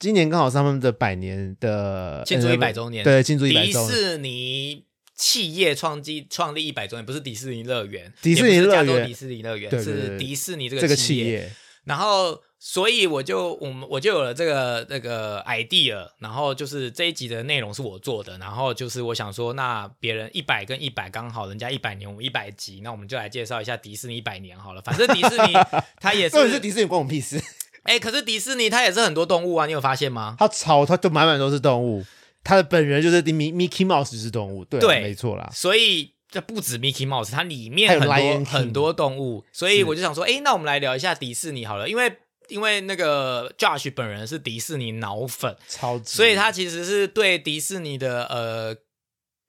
Speaker 2: 今年刚好是他们的百年的
Speaker 1: 庆祝一百周年，
Speaker 2: 呃对，庆祝一百
Speaker 1: 迪
Speaker 2: 周年。
Speaker 1: 士尼企业创基创立一百周年，不是迪士尼乐园，
Speaker 2: 迪士尼
Speaker 1: 也不是加
Speaker 2: 乐园
Speaker 1: 州迪士尼乐园
Speaker 2: 对对对
Speaker 1: 是迪士尼这
Speaker 2: 这
Speaker 1: 个
Speaker 2: 个
Speaker 1: 企
Speaker 2: 企。业，
Speaker 1: 然后，所以我就我们我就有了这个那个 idea，然后就是这一集的内容是我做的，然后就是我想说，那别人一百跟一百刚好，人家一百年，我们一百集，那我们就来介绍一下迪士尼一百年好了。反正迪士 尼它也
Speaker 2: 重点
Speaker 1: 是
Speaker 2: 是迪士尼关我们屁事，
Speaker 1: 哎、可是迪士尼它也是很多动物啊，你有发现吗？
Speaker 2: 他草他就满满都是动物，他的本人就是米 Mickey Mouse 就是动物，对啊，
Speaker 1: 对
Speaker 2: 没错啦，
Speaker 1: 所以这不止 Mickey Mouse，它里
Speaker 2: 还
Speaker 1: 面
Speaker 2: 有
Speaker 1: 很
Speaker 2: Lion
Speaker 1: 多
Speaker 2: King
Speaker 1: 很多动物，所以我就想说，哎，那我们来聊一下迪士尼好了，因为因为那个 Josh 本人是迪士尼脑粉，
Speaker 2: 超级，
Speaker 1: 所以他其实是对迪士尼的呃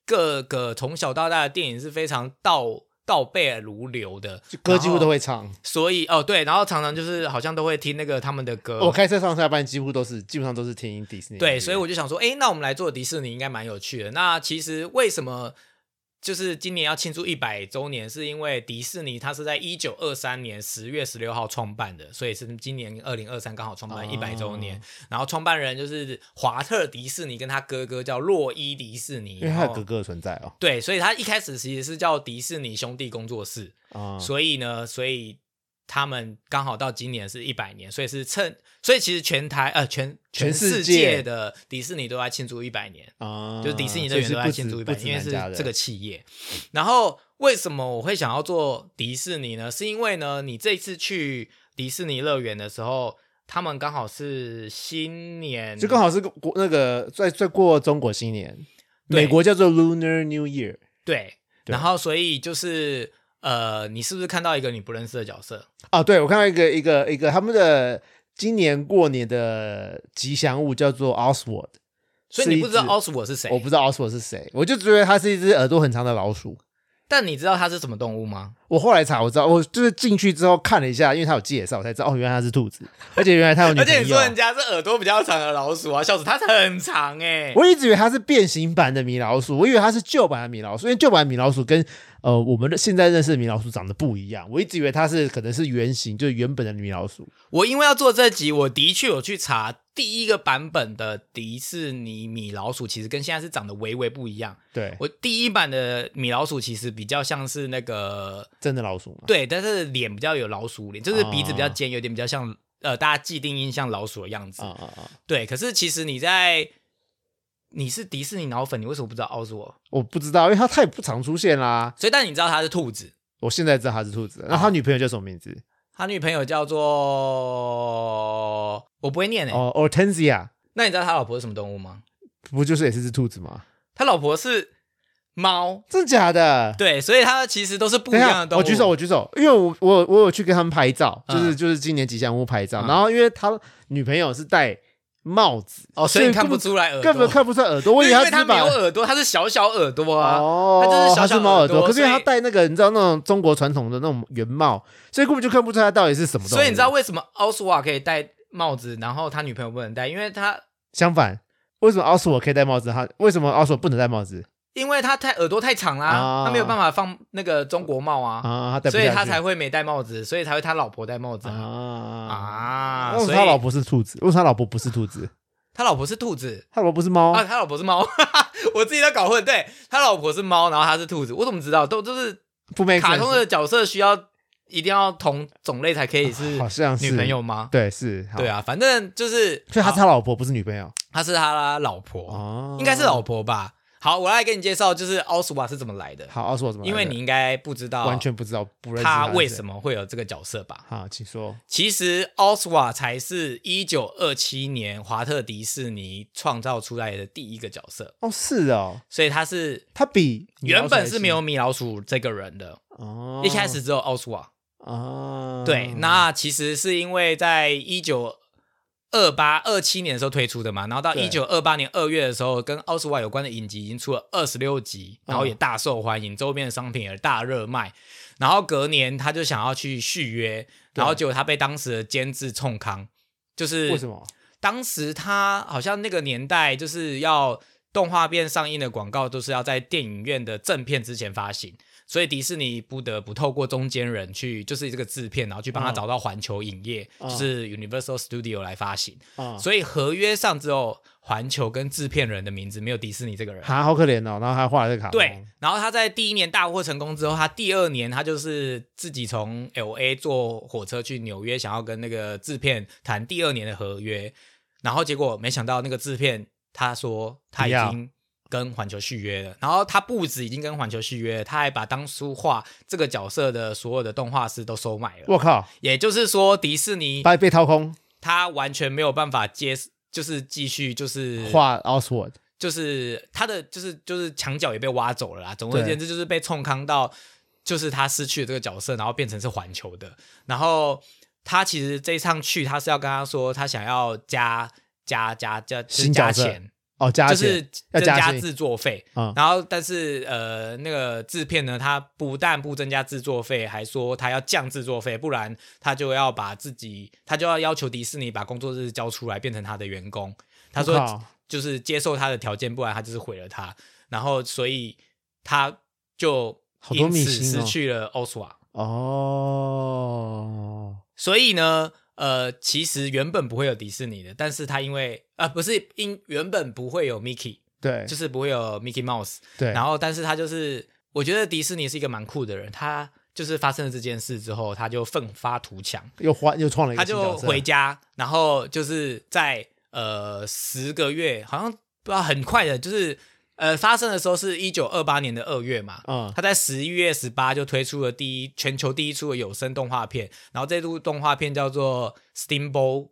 Speaker 1: 各个从小到大的电影是非常倒倒背如流的，
Speaker 2: 歌几乎都
Speaker 1: 会。
Speaker 2: 会唱。
Speaker 1: 所以哦对，然后常常就是好像都会听那个他们的歌，
Speaker 2: 我开车上下班几乎都是，基本上都是听迪士尼的音乐。
Speaker 1: 呃对，所以我就想说，哎，那我们来做迪士尼应该蛮有趣的。那其实为什么就是今年要庆祝一百周年，是因为迪士尼它是在一九二三年十月十六号创办的，所以是今年二零二三刚好创办一百周
Speaker 2: 哦
Speaker 1: 年。然后创办人就是华特迪士尼跟他哥哥叫洛伊迪士尼，
Speaker 2: 因为他
Speaker 1: 然
Speaker 2: 有
Speaker 1: 后
Speaker 2: 哥哥的存在哦，
Speaker 1: 对，所以他一开始其实是叫迪士尼兄弟工作室。
Speaker 2: 啊、
Speaker 1: 所以呢，所以他们刚好到今年是一百年，所以是趁，所以其实全台呃全
Speaker 2: 全世
Speaker 1: 世
Speaker 2: 界
Speaker 1: 界的迪士尼都在庆祝一百年，
Speaker 2: 啊，
Speaker 1: 就是迪士尼乐园都在庆祝一百
Speaker 2: 所以是不止
Speaker 1: 年，因为
Speaker 2: 不
Speaker 1: 是
Speaker 2: 止南加的
Speaker 1: 这个企业。然后为什么我会想要做迪士尼呢？是因为呢，你这次去迪士尼乐园的时候，他们刚好是新年，
Speaker 2: 就刚好是国那个在在过中国新年，
Speaker 1: 对
Speaker 2: 美国叫做 Lunar New Year，
Speaker 1: 对，
Speaker 2: 对
Speaker 1: 然后所以就是呃，你是不是看到一个你不认识的角色？
Speaker 2: 哦，对，我看到一个一个一个他们的今年过年的吉祥物叫做 Oswald，
Speaker 1: 所以你
Speaker 2: 是一
Speaker 1: 不知道
Speaker 2: 只
Speaker 1: 奥斯我是谁，
Speaker 2: 我不知道 Oswald 是谁，我就觉得它是一只耳朵很长的老鼠。
Speaker 1: 但你知道它是什么动物吗？
Speaker 2: 我后来查，我知道，我就是进去之后看了一下，因为它有介绍，我才知道哦，原来它是兔子，而且原来它有 女
Speaker 1: 而且
Speaker 2: 朋
Speaker 1: 你
Speaker 2: 友
Speaker 1: 说。人家是耳朵比较长的老鼠啊，笑死，它很长哎、
Speaker 2: 我一直以为它是变形版的米老鼠，我以为它是旧版的米老鼠，因为旧版的米老鼠跟呃我们的现在认识的米老鼠长得不一样。我一直以为它是可能是原型，就是原本的米老鼠。
Speaker 1: 我因为要做这集，我的确有去查第一个版本的迪士尼米老鼠，其实跟现在是长得微微不一样。
Speaker 2: 对，
Speaker 1: 我第一版的米老鼠其实比较像是那个
Speaker 2: 真的老鼠嘛。
Speaker 1: 对，但是脸比较有老鼠脸，就是鼻子比较
Speaker 2: 哦
Speaker 1: 尖，有点比较像呃大家既定印象老鼠的样子。
Speaker 2: 啊啊啊！
Speaker 1: 对，可是其实你在你是迪士尼脑粉，你为什么不知道奥斯我？
Speaker 2: 我不知道，因为它太不常出现啦。
Speaker 1: 所以但你知道他是兔子，
Speaker 2: 我现在知道他是兔子，
Speaker 1: 啊
Speaker 2: 那他女朋友叫什么名字？
Speaker 1: 他女朋友叫做我不会念诶、欸
Speaker 2: 哦，Hortensia，
Speaker 1: 那你知道他老婆是什么动物吗？
Speaker 2: 不就是也是只兔子吗？
Speaker 1: 他老婆是猫，
Speaker 2: 真的假的？
Speaker 1: 对，所以它其实都是不一
Speaker 2: 等一
Speaker 1: 样
Speaker 2: 下
Speaker 1: 的动，物。
Speaker 2: 我举手，我举手，因为我我我有去跟他们拍照，
Speaker 1: 嗯
Speaker 2: 就是就是今年吉祥物拍照，
Speaker 1: 嗯
Speaker 2: 然后因为他女朋友是戴帽子，
Speaker 1: 哦，所以你
Speaker 2: 根
Speaker 1: 看
Speaker 2: 本
Speaker 1: 不出来耳朵，
Speaker 2: 根本看不出来耳朵，我以为
Speaker 1: 因
Speaker 2: 他
Speaker 1: 为
Speaker 2: 只
Speaker 1: 它
Speaker 2: 是
Speaker 1: 没有
Speaker 2: 把。
Speaker 1: 耳朵，它是小小耳朵啊。
Speaker 2: 哦，
Speaker 1: 它就是小
Speaker 2: 它
Speaker 1: 小
Speaker 2: 是猫
Speaker 1: 耳朵
Speaker 2: 可是因为
Speaker 1: 所
Speaker 2: 他
Speaker 1: 以
Speaker 2: 戴那个你知道那种中国传统的那种圆帽，所以根本就看不出它到底是什么东西。
Speaker 1: 所以你知道为什么奥斯瓦可以戴帽子，然后他女朋友不能戴？因为他
Speaker 2: 相反，为什么奥斯我可以戴帽子，他为什么奥斯我不能戴帽子
Speaker 1: 因为他太耳朵太长啦、
Speaker 2: 啊
Speaker 1: 他没有办法放那个中国帽啊，
Speaker 2: 啊？他戴不
Speaker 1: 所以
Speaker 2: 下
Speaker 1: 他
Speaker 2: 去
Speaker 1: 才会没戴帽子，所以才会他老婆戴帽子啊。
Speaker 2: 啊
Speaker 1: 啊
Speaker 2: 为什
Speaker 1: 所
Speaker 2: 么
Speaker 1: 以
Speaker 2: 他老婆是兔子？为什么他老婆不是兔子？
Speaker 1: 他老婆是兔子
Speaker 2: 他老婆不是猫？
Speaker 1: 啊，他老婆是猫， 我自己在搞混。对他老婆是猫，然后他是兔子，我怎么知道？都都是
Speaker 2: 不 make
Speaker 1: 卡通
Speaker 2: sense
Speaker 1: 的角色需要一定要同种类才可以是
Speaker 2: 好像啊是
Speaker 1: 女朋友吗？
Speaker 2: 对是
Speaker 1: 对
Speaker 2: 啊，
Speaker 1: 啊，反正就是，
Speaker 2: 所以他
Speaker 1: 好
Speaker 2: 是他老婆不是女朋友
Speaker 1: 他是他老婆，
Speaker 2: 哦，
Speaker 1: 应该是老婆吧？好，我来给你介绍，就是奥斯瓦是怎么来的，
Speaker 2: 好奥斯我怎么来
Speaker 1: 因
Speaker 2: 的？
Speaker 1: 为你应该不知道
Speaker 2: 完全不知道不认识
Speaker 1: 他为
Speaker 2: 么
Speaker 1: 什么会有这个角色吧？
Speaker 2: 好，请说
Speaker 1: 其实奥斯瓦才是一九二七年华特迪士尼创造出来的第一个角色，
Speaker 2: 哦是哦，
Speaker 1: 所以他是
Speaker 2: 他比米老鼠
Speaker 1: 原本
Speaker 2: 还
Speaker 1: 是没有米老鼠这个人的，
Speaker 2: 哦，
Speaker 1: 一开始只有奥斯瓦。
Speaker 2: 哦，
Speaker 1: 对，那其实是因为在一九二八二七年的时候推出的嘛，然后到一
Speaker 2: 对
Speaker 1: 九二八年二月的时候，跟奥斯瓦有关的影集已经出了二十六集，
Speaker 2: 嗯
Speaker 1: 然后也大受欢迎，周边的商品也大热卖。然后隔年他就想要去续约，然后结果他被当时的监制冲康，就是
Speaker 2: 为什么？
Speaker 1: 当时他好像那个年代就是要动画片上映的广告都是要在电影院的正片之前发行，所以迪士尼不得不透过中间人去，就是这个制片，然后去帮他
Speaker 2: 嗯
Speaker 1: 找到环球影业，
Speaker 2: 嗯
Speaker 1: 就是 Universal Studio 来发行，
Speaker 2: 啊，
Speaker 1: 所以合约上只有环球跟制片人的名字，没有迪士尼这个人。
Speaker 2: 哈好可怜哦，然后还画了这个卡通
Speaker 1: 对，然后他在第一年大获成功之后，他第二年他就是自己从 L A 坐火车去纽约，想要跟那个制片谈第二年的合约，然后结果没想到那个制片他说他已
Speaker 2: 不
Speaker 1: 经跟环球续约了，然后他不止已经跟环球续约了，他还把当初画这个角色的所有的动画师都收买了，
Speaker 2: 我靠，
Speaker 1: 也就是说迪士尼
Speaker 2: 被被掏空
Speaker 1: 他完全没有办法接，就是继续就是
Speaker 2: 画奥斯沃
Speaker 1: 就是他的就是就是墙角也被挖走了啦。总而
Speaker 2: 对
Speaker 1: 言之，就是被冲康到，就是他失去了这个角色，然后变成是环球的。然后他其实这一趟去，他是要跟他说，他想要加加加加就是
Speaker 2: 新
Speaker 1: 加
Speaker 2: 角色
Speaker 1: 钱，
Speaker 2: 哦加
Speaker 1: 就
Speaker 2: 钱
Speaker 1: 是
Speaker 2: 要
Speaker 1: 增
Speaker 2: 加
Speaker 1: 加
Speaker 2: 钱
Speaker 1: 制作费。
Speaker 2: 嗯
Speaker 1: 然后，但是呃，那个制片呢，他不但不增加制作费，还说他要降制作费，不然他就要把自己，他就要要求迪士尼把工作日交出来，变成他的员工。他
Speaker 2: 我
Speaker 1: 说
Speaker 2: 靠
Speaker 1: 就是接受他的条件，不然他就是毁了他。然后，所以他就
Speaker 2: 好多
Speaker 1: 因
Speaker 2: 明
Speaker 1: 此
Speaker 2: 星
Speaker 1: 失
Speaker 2: 哦
Speaker 1: 去了奥斯瓦。
Speaker 2: 哦。
Speaker 1: 所以呢，呃，其实原本不会有迪士尼的，但是他因为啊、不是因原本不会有 Mickey，
Speaker 2: 对，
Speaker 1: 就是不会有 Mickey Mouse。
Speaker 2: 对，
Speaker 1: 然后，但是他就是，我觉得迪士尼是一个蛮酷的人，他就是发生了这件事之后，他就奋发图强，
Speaker 2: 又换又创了一
Speaker 1: 他
Speaker 2: 个新
Speaker 1: 就
Speaker 2: 角色，
Speaker 1: 回家，然后就是在呃十个月，好像不知道很快的，就是呃发生的时候是一九二八年的二月嘛，
Speaker 2: 嗯
Speaker 1: 他在十一月十八就推出了第一全球第一出的有声动画片，然后这部动画片叫做《Steamboat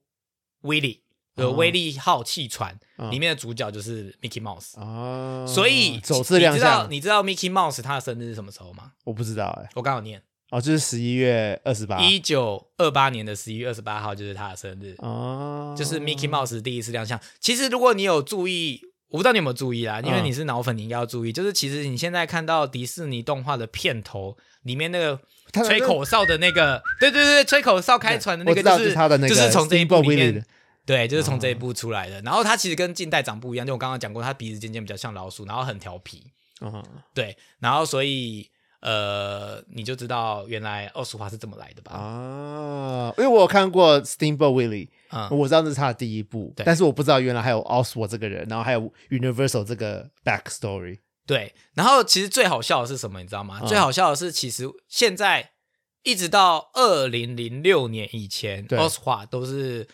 Speaker 1: Willie》。呃
Speaker 2: 哦
Speaker 1: 威力号气船
Speaker 2: 嗯
Speaker 1: 里面的主角就是 Mickey Mouse，
Speaker 2: 啊，
Speaker 1: 所以
Speaker 2: 首次亮
Speaker 1: 你知道
Speaker 2: 相，
Speaker 1: 你知道 Mickey Mouse 他的生日是什么时候吗？
Speaker 2: 我不知道哎、
Speaker 1: 我刚好念
Speaker 2: 哦，就是十一月二十八
Speaker 1: 一九二八年的十一月二十八号就是他的生日，
Speaker 2: 啊，
Speaker 1: 就是 Mickey Mouse 第一次亮相。其实如果你有注意，我不知道你有没有注意啦，因为
Speaker 2: 嗯
Speaker 1: 你是脑粉，你应该要注意。就是其实你现在看到迪士尼动画的片头里面那 个
Speaker 2: 他的
Speaker 1: 吹
Speaker 2: 那
Speaker 1: 口哨的那个，对对对，吹口哨开船的那
Speaker 2: 我
Speaker 1: 个，
Speaker 2: 知道
Speaker 1: 就是
Speaker 2: 他的那
Speaker 1: 就
Speaker 2: 个，
Speaker 1: 是从这一部
Speaker 2: Steamboat
Speaker 1: 里
Speaker 2: Willie
Speaker 1: 面
Speaker 2: 的。哦
Speaker 1: 对，就是从这一部出来的。然后它其实跟近代长不一样，就我刚刚讲过，它鼻子尖尖比较像老鼠，然后很调皮。
Speaker 2: 啊
Speaker 1: 对，然后所以呃，你就知道原来奥斯华是这么来的
Speaker 2: 哦
Speaker 1: 吧？
Speaker 2: 啊，因为我有看过 Steamboat Willie，
Speaker 1: 嗯，
Speaker 2: 我知道那是他的第一部，
Speaker 1: 对
Speaker 2: 但是我不知道原来还有 Oswald 这个人，然后还有 Universal 这个 backstory
Speaker 1: 对。然后其实最好笑的是什么，你知道吗？
Speaker 2: 嗯
Speaker 1: 最好笑的是，其实现在一直到二零零六年以前，
Speaker 2: 对
Speaker 1: 奥斯华都是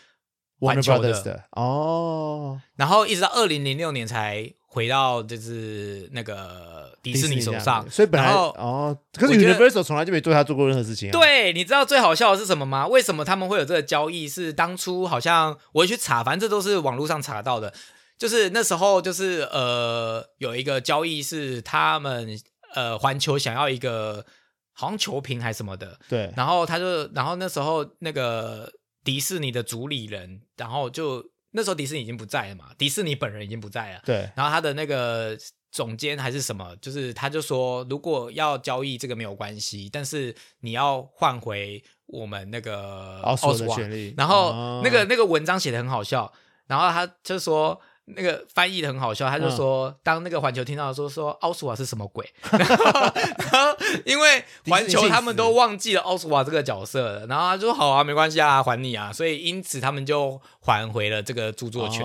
Speaker 1: 环
Speaker 2: Warner
Speaker 1: 球
Speaker 2: Brothers 的哦，
Speaker 1: 然后一直到二零零六年才回到就是那个迪士尼手上，
Speaker 2: 所以本来
Speaker 1: 然后
Speaker 2: 哦，可是
Speaker 1: 我觉得
Speaker 2: Universal 从来就没对他做过任何事情、啊。，
Speaker 1: 对，你知道最好笑的是什么吗？为什么他们会有这个交易？是当初好像我也去查，反正这都是网络上查到的。就是那时候，就是呃，有一个交易是他们呃环球想要一个好像球评还是什么的，
Speaker 2: 对，
Speaker 1: 然后他就，然后那时候那个迪士尼的主理人，然后就那时候迪士尼已经不在了嘛，迪士尼本人已经不在了，
Speaker 2: 对，
Speaker 1: 然后他的那个总监还是什么，就是他就说，如果要交易这个没有关系，但是你要换回我们那个
Speaker 2: 奥斯
Speaker 1: 奥
Speaker 2: 沃
Speaker 1: 斯
Speaker 2: 的
Speaker 1: 瓦。
Speaker 2: 权利。
Speaker 1: 然后
Speaker 2: 哦
Speaker 1: 那个、那个文章写的很好笑，然后他就说。那个翻译的很好笑，他就
Speaker 2: 嗯
Speaker 1: 说，当那个环球听到说说奥斯瓦是什么鬼， 然后然后因为环球他们都忘记了奥斯瓦这个角色了，然后他就说好啊，没关系啊，还你啊，所以因此他们就还回了这个著作权。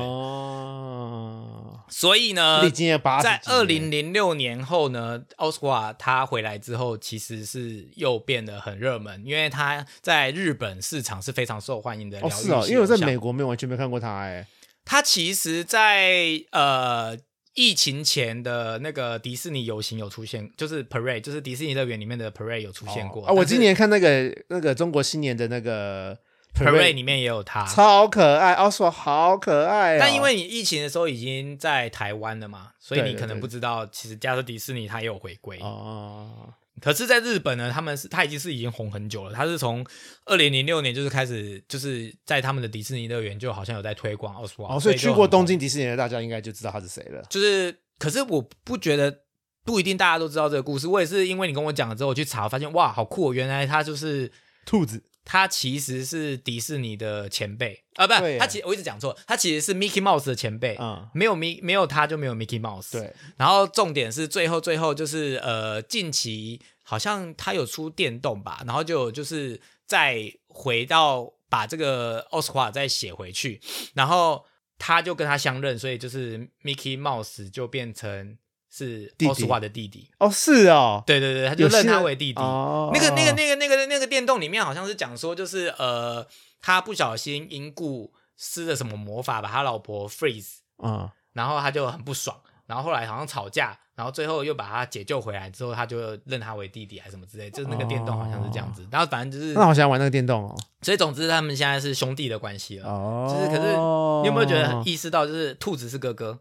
Speaker 2: 哦，
Speaker 1: 所以呢，
Speaker 2: 历经了八
Speaker 1: 在二零零六年后呢，奥斯卡他回来之后，其实是又变得很热门，因为他在日本市场是非常受欢迎的疗
Speaker 2: 哦
Speaker 1: 愈
Speaker 2: 是哦，
Speaker 1: 系
Speaker 2: 因为我在
Speaker 1: 偶像
Speaker 2: 美国没有完全没有看过他哎、
Speaker 1: 他其实在，呃疫情前的那个迪士尼游行有出现，就是 parade，就是迪士尼乐园里面的 parade 有出现过。
Speaker 2: 哦啊！我
Speaker 1: 但是
Speaker 2: 今年看那个那个中国新年的那个
Speaker 1: parade 里面也有他，
Speaker 2: 超啊可爱，奥斯瓦好可爱、哦。
Speaker 1: 但因为你疫情的时候已经在台湾了嘛，所以
Speaker 2: 对
Speaker 1: 你
Speaker 2: 对
Speaker 1: 可能
Speaker 2: 对
Speaker 1: 不知道，其实加州迪士尼它也有回归。
Speaker 2: 哦，
Speaker 1: 可是，在日本呢，他们是他已经是已经红很久了。他是从二零零六年就是开始，就是在他们的迪士尼乐园就好像有在推广奥斯瓦，
Speaker 2: 哦，所以
Speaker 1: 就
Speaker 2: 去
Speaker 1: 很
Speaker 2: 过东
Speaker 1: 红
Speaker 2: 京迪士尼的大家应该就知道他是谁了。
Speaker 1: 就是，可是我不觉得不一定大家都知道这个故事。我也是因为你跟我讲了之后，我去查，发现哇，好酷、哦！原来他就是
Speaker 2: 兔子
Speaker 1: 他其实是迪士尼的前辈啊，不
Speaker 2: 对耶，
Speaker 1: 他其实我一直讲错，他其实是 Mickey Mouse 的前辈。
Speaker 2: 啊、嗯，
Speaker 1: 没有米，没有他就没有 Mickey Mouse。，
Speaker 2: 对，
Speaker 1: 然后重点是最后最后就是呃，近期好像他有出电动吧，然后就有就是再回到把这个奥斯卡再写回去，然后他就跟他相认，所以就是 Mickey Mouse 就变成是
Speaker 2: 弟弟
Speaker 1: 奥斯卡的弟弟。
Speaker 2: 哦是哦，
Speaker 1: 对对对，他就
Speaker 2: 有
Speaker 1: 认
Speaker 2: 些
Speaker 1: 他为弟弟。
Speaker 2: 哦，
Speaker 1: 那个、那个、那个、那个、那个电动里面好像是讲说，就是呃，他不小心因故施了什么魔法，把他老婆 freeze
Speaker 2: 啊、
Speaker 1: 然后他就很不爽，然后后来好像吵架，然后最后又把他解救回来之后，他就认他为弟弟还是什么之类，就是那个电动好像是这样子。然后反正就是
Speaker 2: 哦那，好想玩那个电动哦。
Speaker 1: 所以总之他们现在是兄弟的关系了。
Speaker 2: 哦，
Speaker 1: 就是可是你有没有觉得很意识到，就是兔子是哥哥，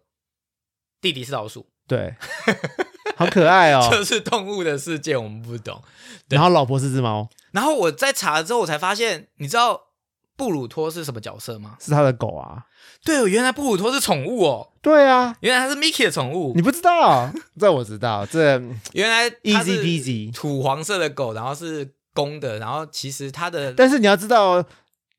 Speaker 1: 弟弟是老鼠，
Speaker 2: 对，好可爱 哦。
Speaker 1: 这是动物的世界，我们不懂。
Speaker 2: 然后老婆是只猫，
Speaker 1: 然后我在查了之后，我才发现，你知道布鲁托是什么角色吗？
Speaker 2: 是他的狗啊。
Speaker 1: 对哦，原来布鲁托是宠物哦，
Speaker 2: 对啊，
Speaker 1: 原来他是 Mickey 的宠物
Speaker 2: 你，不知道，这我知道，这
Speaker 1: 原来它
Speaker 2: easy
Speaker 1: 是
Speaker 2: peasy。
Speaker 1: 土黄色的狗，然后是公的，然后其实它的
Speaker 2: 但是你要知道，哦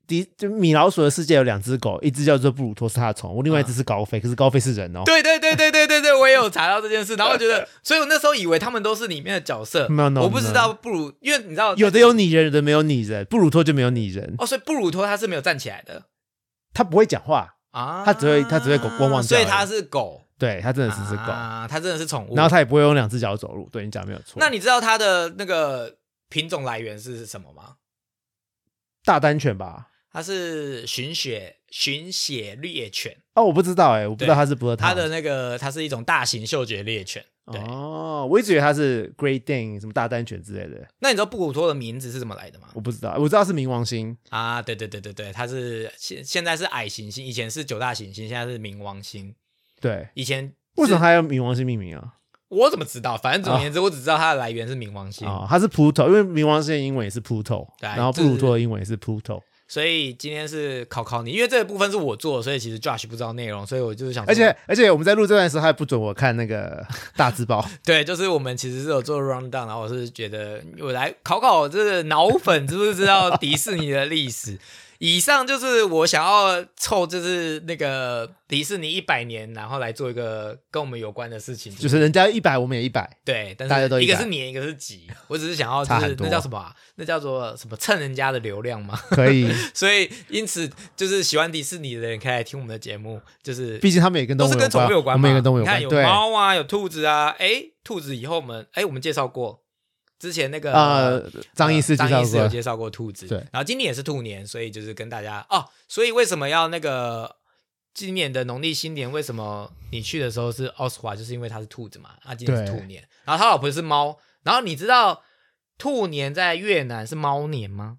Speaker 2: 迪就米老鼠的世界有两只狗，一只叫做布鲁托是它的宠物，另外一只是高飞，可是高飞是人哦。
Speaker 1: 嗯对对对对对对对，我也有查到这件事，然后我觉得，所以我那时候以为他们都是里面的角色，
Speaker 2: No, no,
Speaker 1: 我不知道布鲁，因为你知道
Speaker 2: 有的有拟人，有的没有拟人。布鲁托就没有拟人，
Speaker 1: 哦，所以布鲁托他是没有站起来的
Speaker 2: 它不会讲话，
Speaker 1: 啊，
Speaker 2: 它只会它只会狗汪汪叫
Speaker 1: 所
Speaker 2: 而已
Speaker 1: 以它是狗，
Speaker 2: 对，它真的是只狗。
Speaker 1: 啊，它真的是宠物。
Speaker 2: 然后它也不会用两只脚走路，对你讲没有错。
Speaker 1: 那你知道它的那个品种来源是什么吗？
Speaker 2: 大丹犬吧？
Speaker 1: 它是寻血寻血猎犬，
Speaker 2: 啊欸哦，我不知道哎、我不知道它是不是
Speaker 1: 它的那个它是一种大型嗅觉猎犬，对
Speaker 2: 哦，我一直以为他是 Great Dane 什么大丹犬之类的，
Speaker 1: 那你知道布鲁托的名字是怎么来的吗？
Speaker 2: 我不知道，我知道是冥王星。
Speaker 1: 啊，对对对对对，它是现现在是矮行星，以前是九大行星，现在是冥王星。
Speaker 2: 对，
Speaker 1: 以前
Speaker 2: 为什么他要冥王星命名啊？
Speaker 1: 我怎么知道？反正总而言之，我只知道它的来源是冥王星。
Speaker 2: 哦，它是 Pluto，因为冥王星的英文也是 Pluto，
Speaker 1: 对
Speaker 2: 然后布
Speaker 1: 这是
Speaker 2: 鲁托的英文也是 Pluto，
Speaker 1: 所以今天是考考你，因为这个部分是我做的，所以其实 Josh 不知道内容，所以我就是想说，
Speaker 2: 而且而且我们在录这段的时候，他还不准我看那个大 字报。
Speaker 1: 对，就是我们其实是有做 round down，然后我是觉得我来考考我这个脑粉，知不知道迪士尼的历史？以上就是我想要凑，就是那个迪士尼一百年，然后来做一个跟我们有关的事情，
Speaker 2: 就是人家一百，我们也一百。
Speaker 1: 对，但是
Speaker 2: 大家都
Speaker 1: 一个
Speaker 2: 100
Speaker 1: 是年，一个是几，我只是想要就
Speaker 2: 差很
Speaker 1: 是那
Speaker 2: 多
Speaker 1: 叫什么啊、那叫做什么蹭人家的流量嘛。
Speaker 2: 可以，
Speaker 1: 所以因此就是喜欢迪士尼的人可以来听我们的节目，就是
Speaker 2: 毕竟他们也跟
Speaker 1: 都
Speaker 2: 动
Speaker 1: 是
Speaker 2: 物
Speaker 1: 跟宠物有关
Speaker 2: 我
Speaker 1: 嘛，
Speaker 2: 们也跟动物有
Speaker 1: 你
Speaker 2: 关
Speaker 1: 看。有
Speaker 2: 对，
Speaker 1: 猫啊，有兔子啊，诶，兔子以后我们诶，我们介绍过之前那个
Speaker 2: 呃，张医师介
Speaker 1: 张
Speaker 2: 绍
Speaker 1: 医师有
Speaker 2: 过，
Speaker 1: 介绍过兔子，
Speaker 2: 对
Speaker 1: 然后今年也是兔年，所以就是跟大家哦，所以为什么要那个今年的农历新年？为什么你去的时候是奥斯华，就是因为它是兔子嘛？啊，今年是兔年，然后他老婆是猫，然后你知道兔年在越南是猫年吗？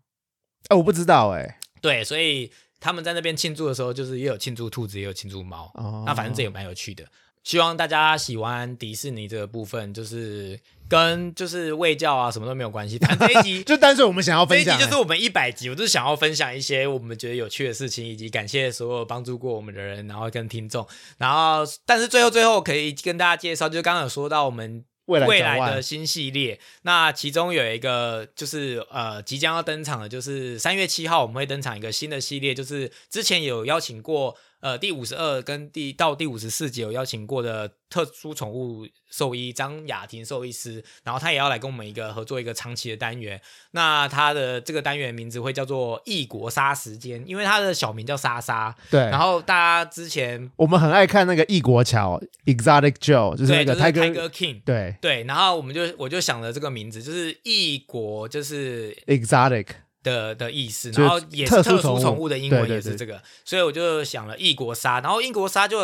Speaker 2: 哎，我不知道哎。
Speaker 1: 对，所以他们在那边庆祝的时候，就是也有庆祝兔子，也有庆祝猫。
Speaker 2: 哦，
Speaker 1: 那反正这也蛮有趣的。希望大家喜欢迪士尼这个部分，就是跟就是卫教啊什么都没有关系。反正这一集
Speaker 2: 就单纯我们想要
Speaker 1: 这
Speaker 2: 分
Speaker 1: 一集
Speaker 2: 享，欸
Speaker 1: 就是我们一百集，我就是想要分享一些我们觉得有趣的事情，以及感谢所有帮助过我们的人，然后跟听众，然后但是最后最后可以跟大家介绍，就是刚刚有说到我们
Speaker 2: 未来
Speaker 1: 未
Speaker 2: 展
Speaker 1: 来
Speaker 2: 望
Speaker 1: 的新系列，那其中有一个就是呃即将要登场的，就是三月七号我们会登场一个新的系列，就是之前有邀请过呃第五十二跟第到第五十四集有邀请过的特殊宠物兽医张雅婷兽医师，然后他也要来跟我们一个合作一个长期的单元，那他的这个单元名字会叫做异国杀时间，因为他的小名叫莎莎，
Speaker 2: 对。
Speaker 1: 然后大家之前
Speaker 2: 我们很爱看那个异国桥 （Exotic Joe），就是那
Speaker 1: 对就
Speaker 2: 个
Speaker 1: 是
Speaker 2: Tiger，
Speaker 1: Tiger King。
Speaker 2: 对
Speaker 1: 对，然后我们就我就想了这个名字，就是异国，就是
Speaker 2: ，Exotic，
Speaker 1: 的的意思，
Speaker 2: 就是
Speaker 1: 然后也是
Speaker 2: 特
Speaker 1: 特
Speaker 2: 殊宠物
Speaker 1: 殊宠物的英文
Speaker 2: 对对
Speaker 1: 也是
Speaker 2: 对
Speaker 1: 这个，所以我就想了异国杀，然后英国杀就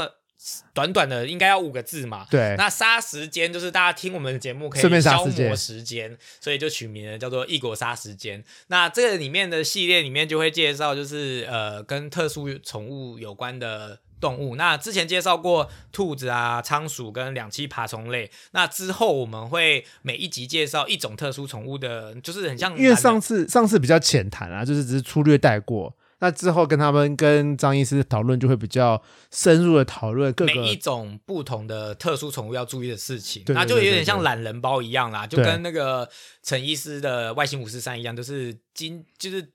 Speaker 1: 短短的应该要五个字嘛，
Speaker 2: 对，
Speaker 1: 那杀时间就是大家听我们的节目可
Speaker 2: 顺便
Speaker 1: 以
Speaker 2: 杀
Speaker 1: 消
Speaker 2: 时间
Speaker 1: 磨时间，所以就取名了叫做异国杀时间。那这个里面的系列里面就会介绍就是呃跟特殊宠物有关的。动物，那之前介绍过兔子啊、仓鼠跟两栖爬虫类。那之后我们会每一集介绍一种特殊宠物的，就是很像
Speaker 2: 因为
Speaker 1: 懒
Speaker 2: 上次上次比较浅谈啊，就是只是粗略带过。那之后跟他们跟张医师讨论，就会比较深入的讨论各
Speaker 1: 每
Speaker 2: 个
Speaker 1: 一种不同的特殊宠物要注意的事情，
Speaker 2: 对对
Speaker 1: 那就有
Speaker 2: 对对
Speaker 1: 点像
Speaker 2: 对
Speaker 1: 懒人包一样啦，就
Speaker 2: 对
Speaker 1: 跟那个陈医师的外星五四三一样，就是今就是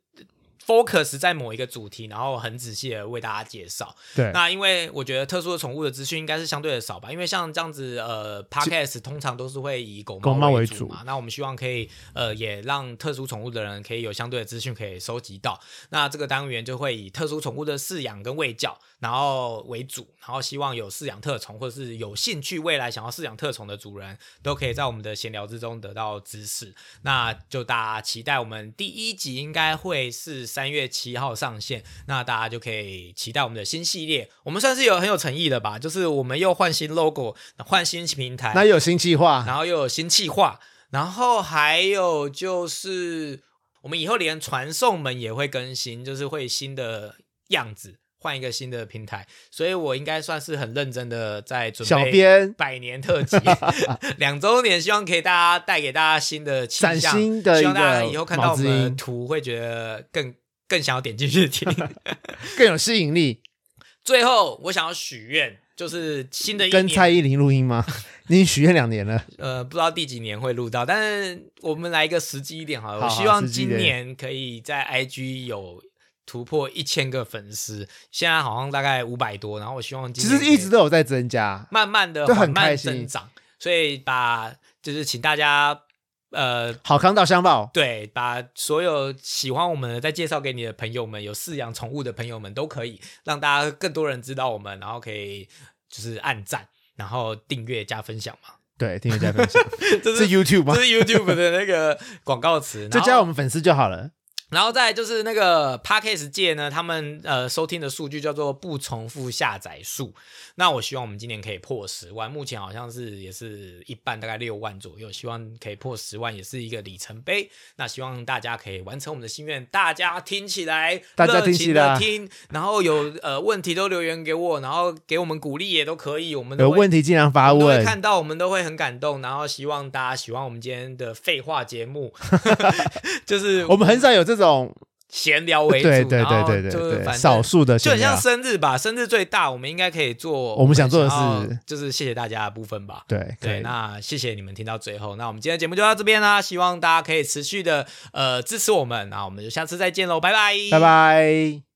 Speaker 1: focus 在某一个主题，然后很仔细的为大家介绍。
Speaker 2: 对
Speaker 1: 那因为我觉得特殊的宠物的资讯应该是相对的少吧，因为像这样子呃，podcast 通常都是会以狗
Speaker 2: 狗猫
Speaker 1: 为
Speaker 2: 为
Speaker 1: 主
Speaker 2: 主
Speaker 1: 嘛，那我们希望可以呃也让特殊宠物的人可以有相对的资讯可以收集到。那这个单元就会以特殊宠物的饲养跟喂教然后为主，然后希望有饲养特宠或者是有兴趣未来想要饲养特宠的主人都可以在我们的闲聊之中得到知识。那就大家期待我们第一集应该会是三月七号上线，那大家就可以期待我们的新系列。我们算是有很有诚意的吧，就是我们又换新 logo，换新平台，
Speaker 2: 那也有新计划，
Speaker 1: 然后又有新企划，然后还有就是我们以后连传送门也会更新，就是会新的样子，换一个新的平台。所以我应该算是很认真的在准备。
Speaker 2: 小编
Speaker 1: 百年特辑 两周年，希望可以大家带给大家新的气象，
Speaker 2: 崭新的一个
Speaker 1: 希望大家以后看到我们
Speaker 2: 毛
Speaker 1: 的
Speaker 2: 知音
Speaker 1: 图会觉得更更想要点进去听。
Speaker 2: 更有吸引力。
Speaker 1: 最后，我想要许愿，就是新的一
Speaker 2: 跟
Speaker 1: 年
Speaker 2: 蔡依林录音吗？你许愿两年了，
Speaker 1: 呃，不知道第几年会录到，但是我们来一个实际一点好了。
Speaker 2: 好
Speaker 1: 我
Speaker 2: 好
Speaker 1: 希望
Speaker 2: 实际一
Speaker 1: 今
Speaker 2: 点
Speaker 1: 年可以在 IG 有突破一千个粉丝，现在好像大概五百多，然后我希望今
Speaker 2: 其
Speaker 1: 年
Speaker 2: 实一直
Speaker 1: 可以
Speaker 2: 都有在增加。
Speaker 1: 慢慢的
Speaker 2: 就很
Speaker 1: 缓慢
Speaker 2: 开心
Speaker 1: 增长，所以把就是请大家呃。
Speaker 2: 好康到相报，
Speaker 1: 对，把所有喜欢我们的再介绍给你的朋友们，有饲养宠物的朋友们都可以，让大家更多人知道我们，然后可以就是按赞，然后订阅加分享嘛。
Speaker 2: 对，订阅加分享，
Speaker 1: 这
Speaker 2: 是 YouTube 吗
Speaker 1: 这？是 YouTube 的那个广告词，
Speaker 2: 就
Speaker 1: 然后
Speaker 2: 加我们粉丝就好了。
Speaker 1: 然后再来就是那个 podcast 界呢，他们呃收听的数据叫做不重复下载数。那我希望我们今年可以破十万，目前好像是也是一半，大概六万左右，希望可以破十万，也是一个里程碑。那希望大家可以完成我们的心愿，大家听起来，
Speaker 2: 大家听起来
Speaker 1: 热情地听，然后有呃问题都留言给我，然后给我们鼓励也都可以，我们
Speaker 2: 有
Speaker 1: 都会
Speaker 2: 问题尽量发
Speaker 1: 我们都会
Speaker 2: 问。
Speaker 1: 看到，我们都会很感动，然后希望大家喜欢我们今天的废话节 目，就是
Speaker 2: 我们很少有这种，
Speaker 1: 闲聊为
Speaker 2: 对
Speaker 1: 主，
Speaker 2: 对对
Speaker 1: 然后
Speaker 2: 对对
Speaker 1: 就是
Speaker 2: 对，
Speaker 1: 反
Speaker 2: 少
Speaker 1: 正
Speaker 2: 数的
Speaker 1: 就很
Speaker 2: 闲聊
Speaker 1: 像生日吧，生日最大，我们应该可以做
Speaker 2: 我们想做的事
Speaker 1: 想要就是谢谢大家的部分吧。
Speaker 2: 对可
Speaker 1: 对，
Speaker 2: 以
Speaker 1: 那谢谢你们听到最后，那我们今天的节目就到这边啦，希望大家可以持续的呃支持我们，那我们就下次再见喽，拜拜，
Speaker 2: 拜。拜。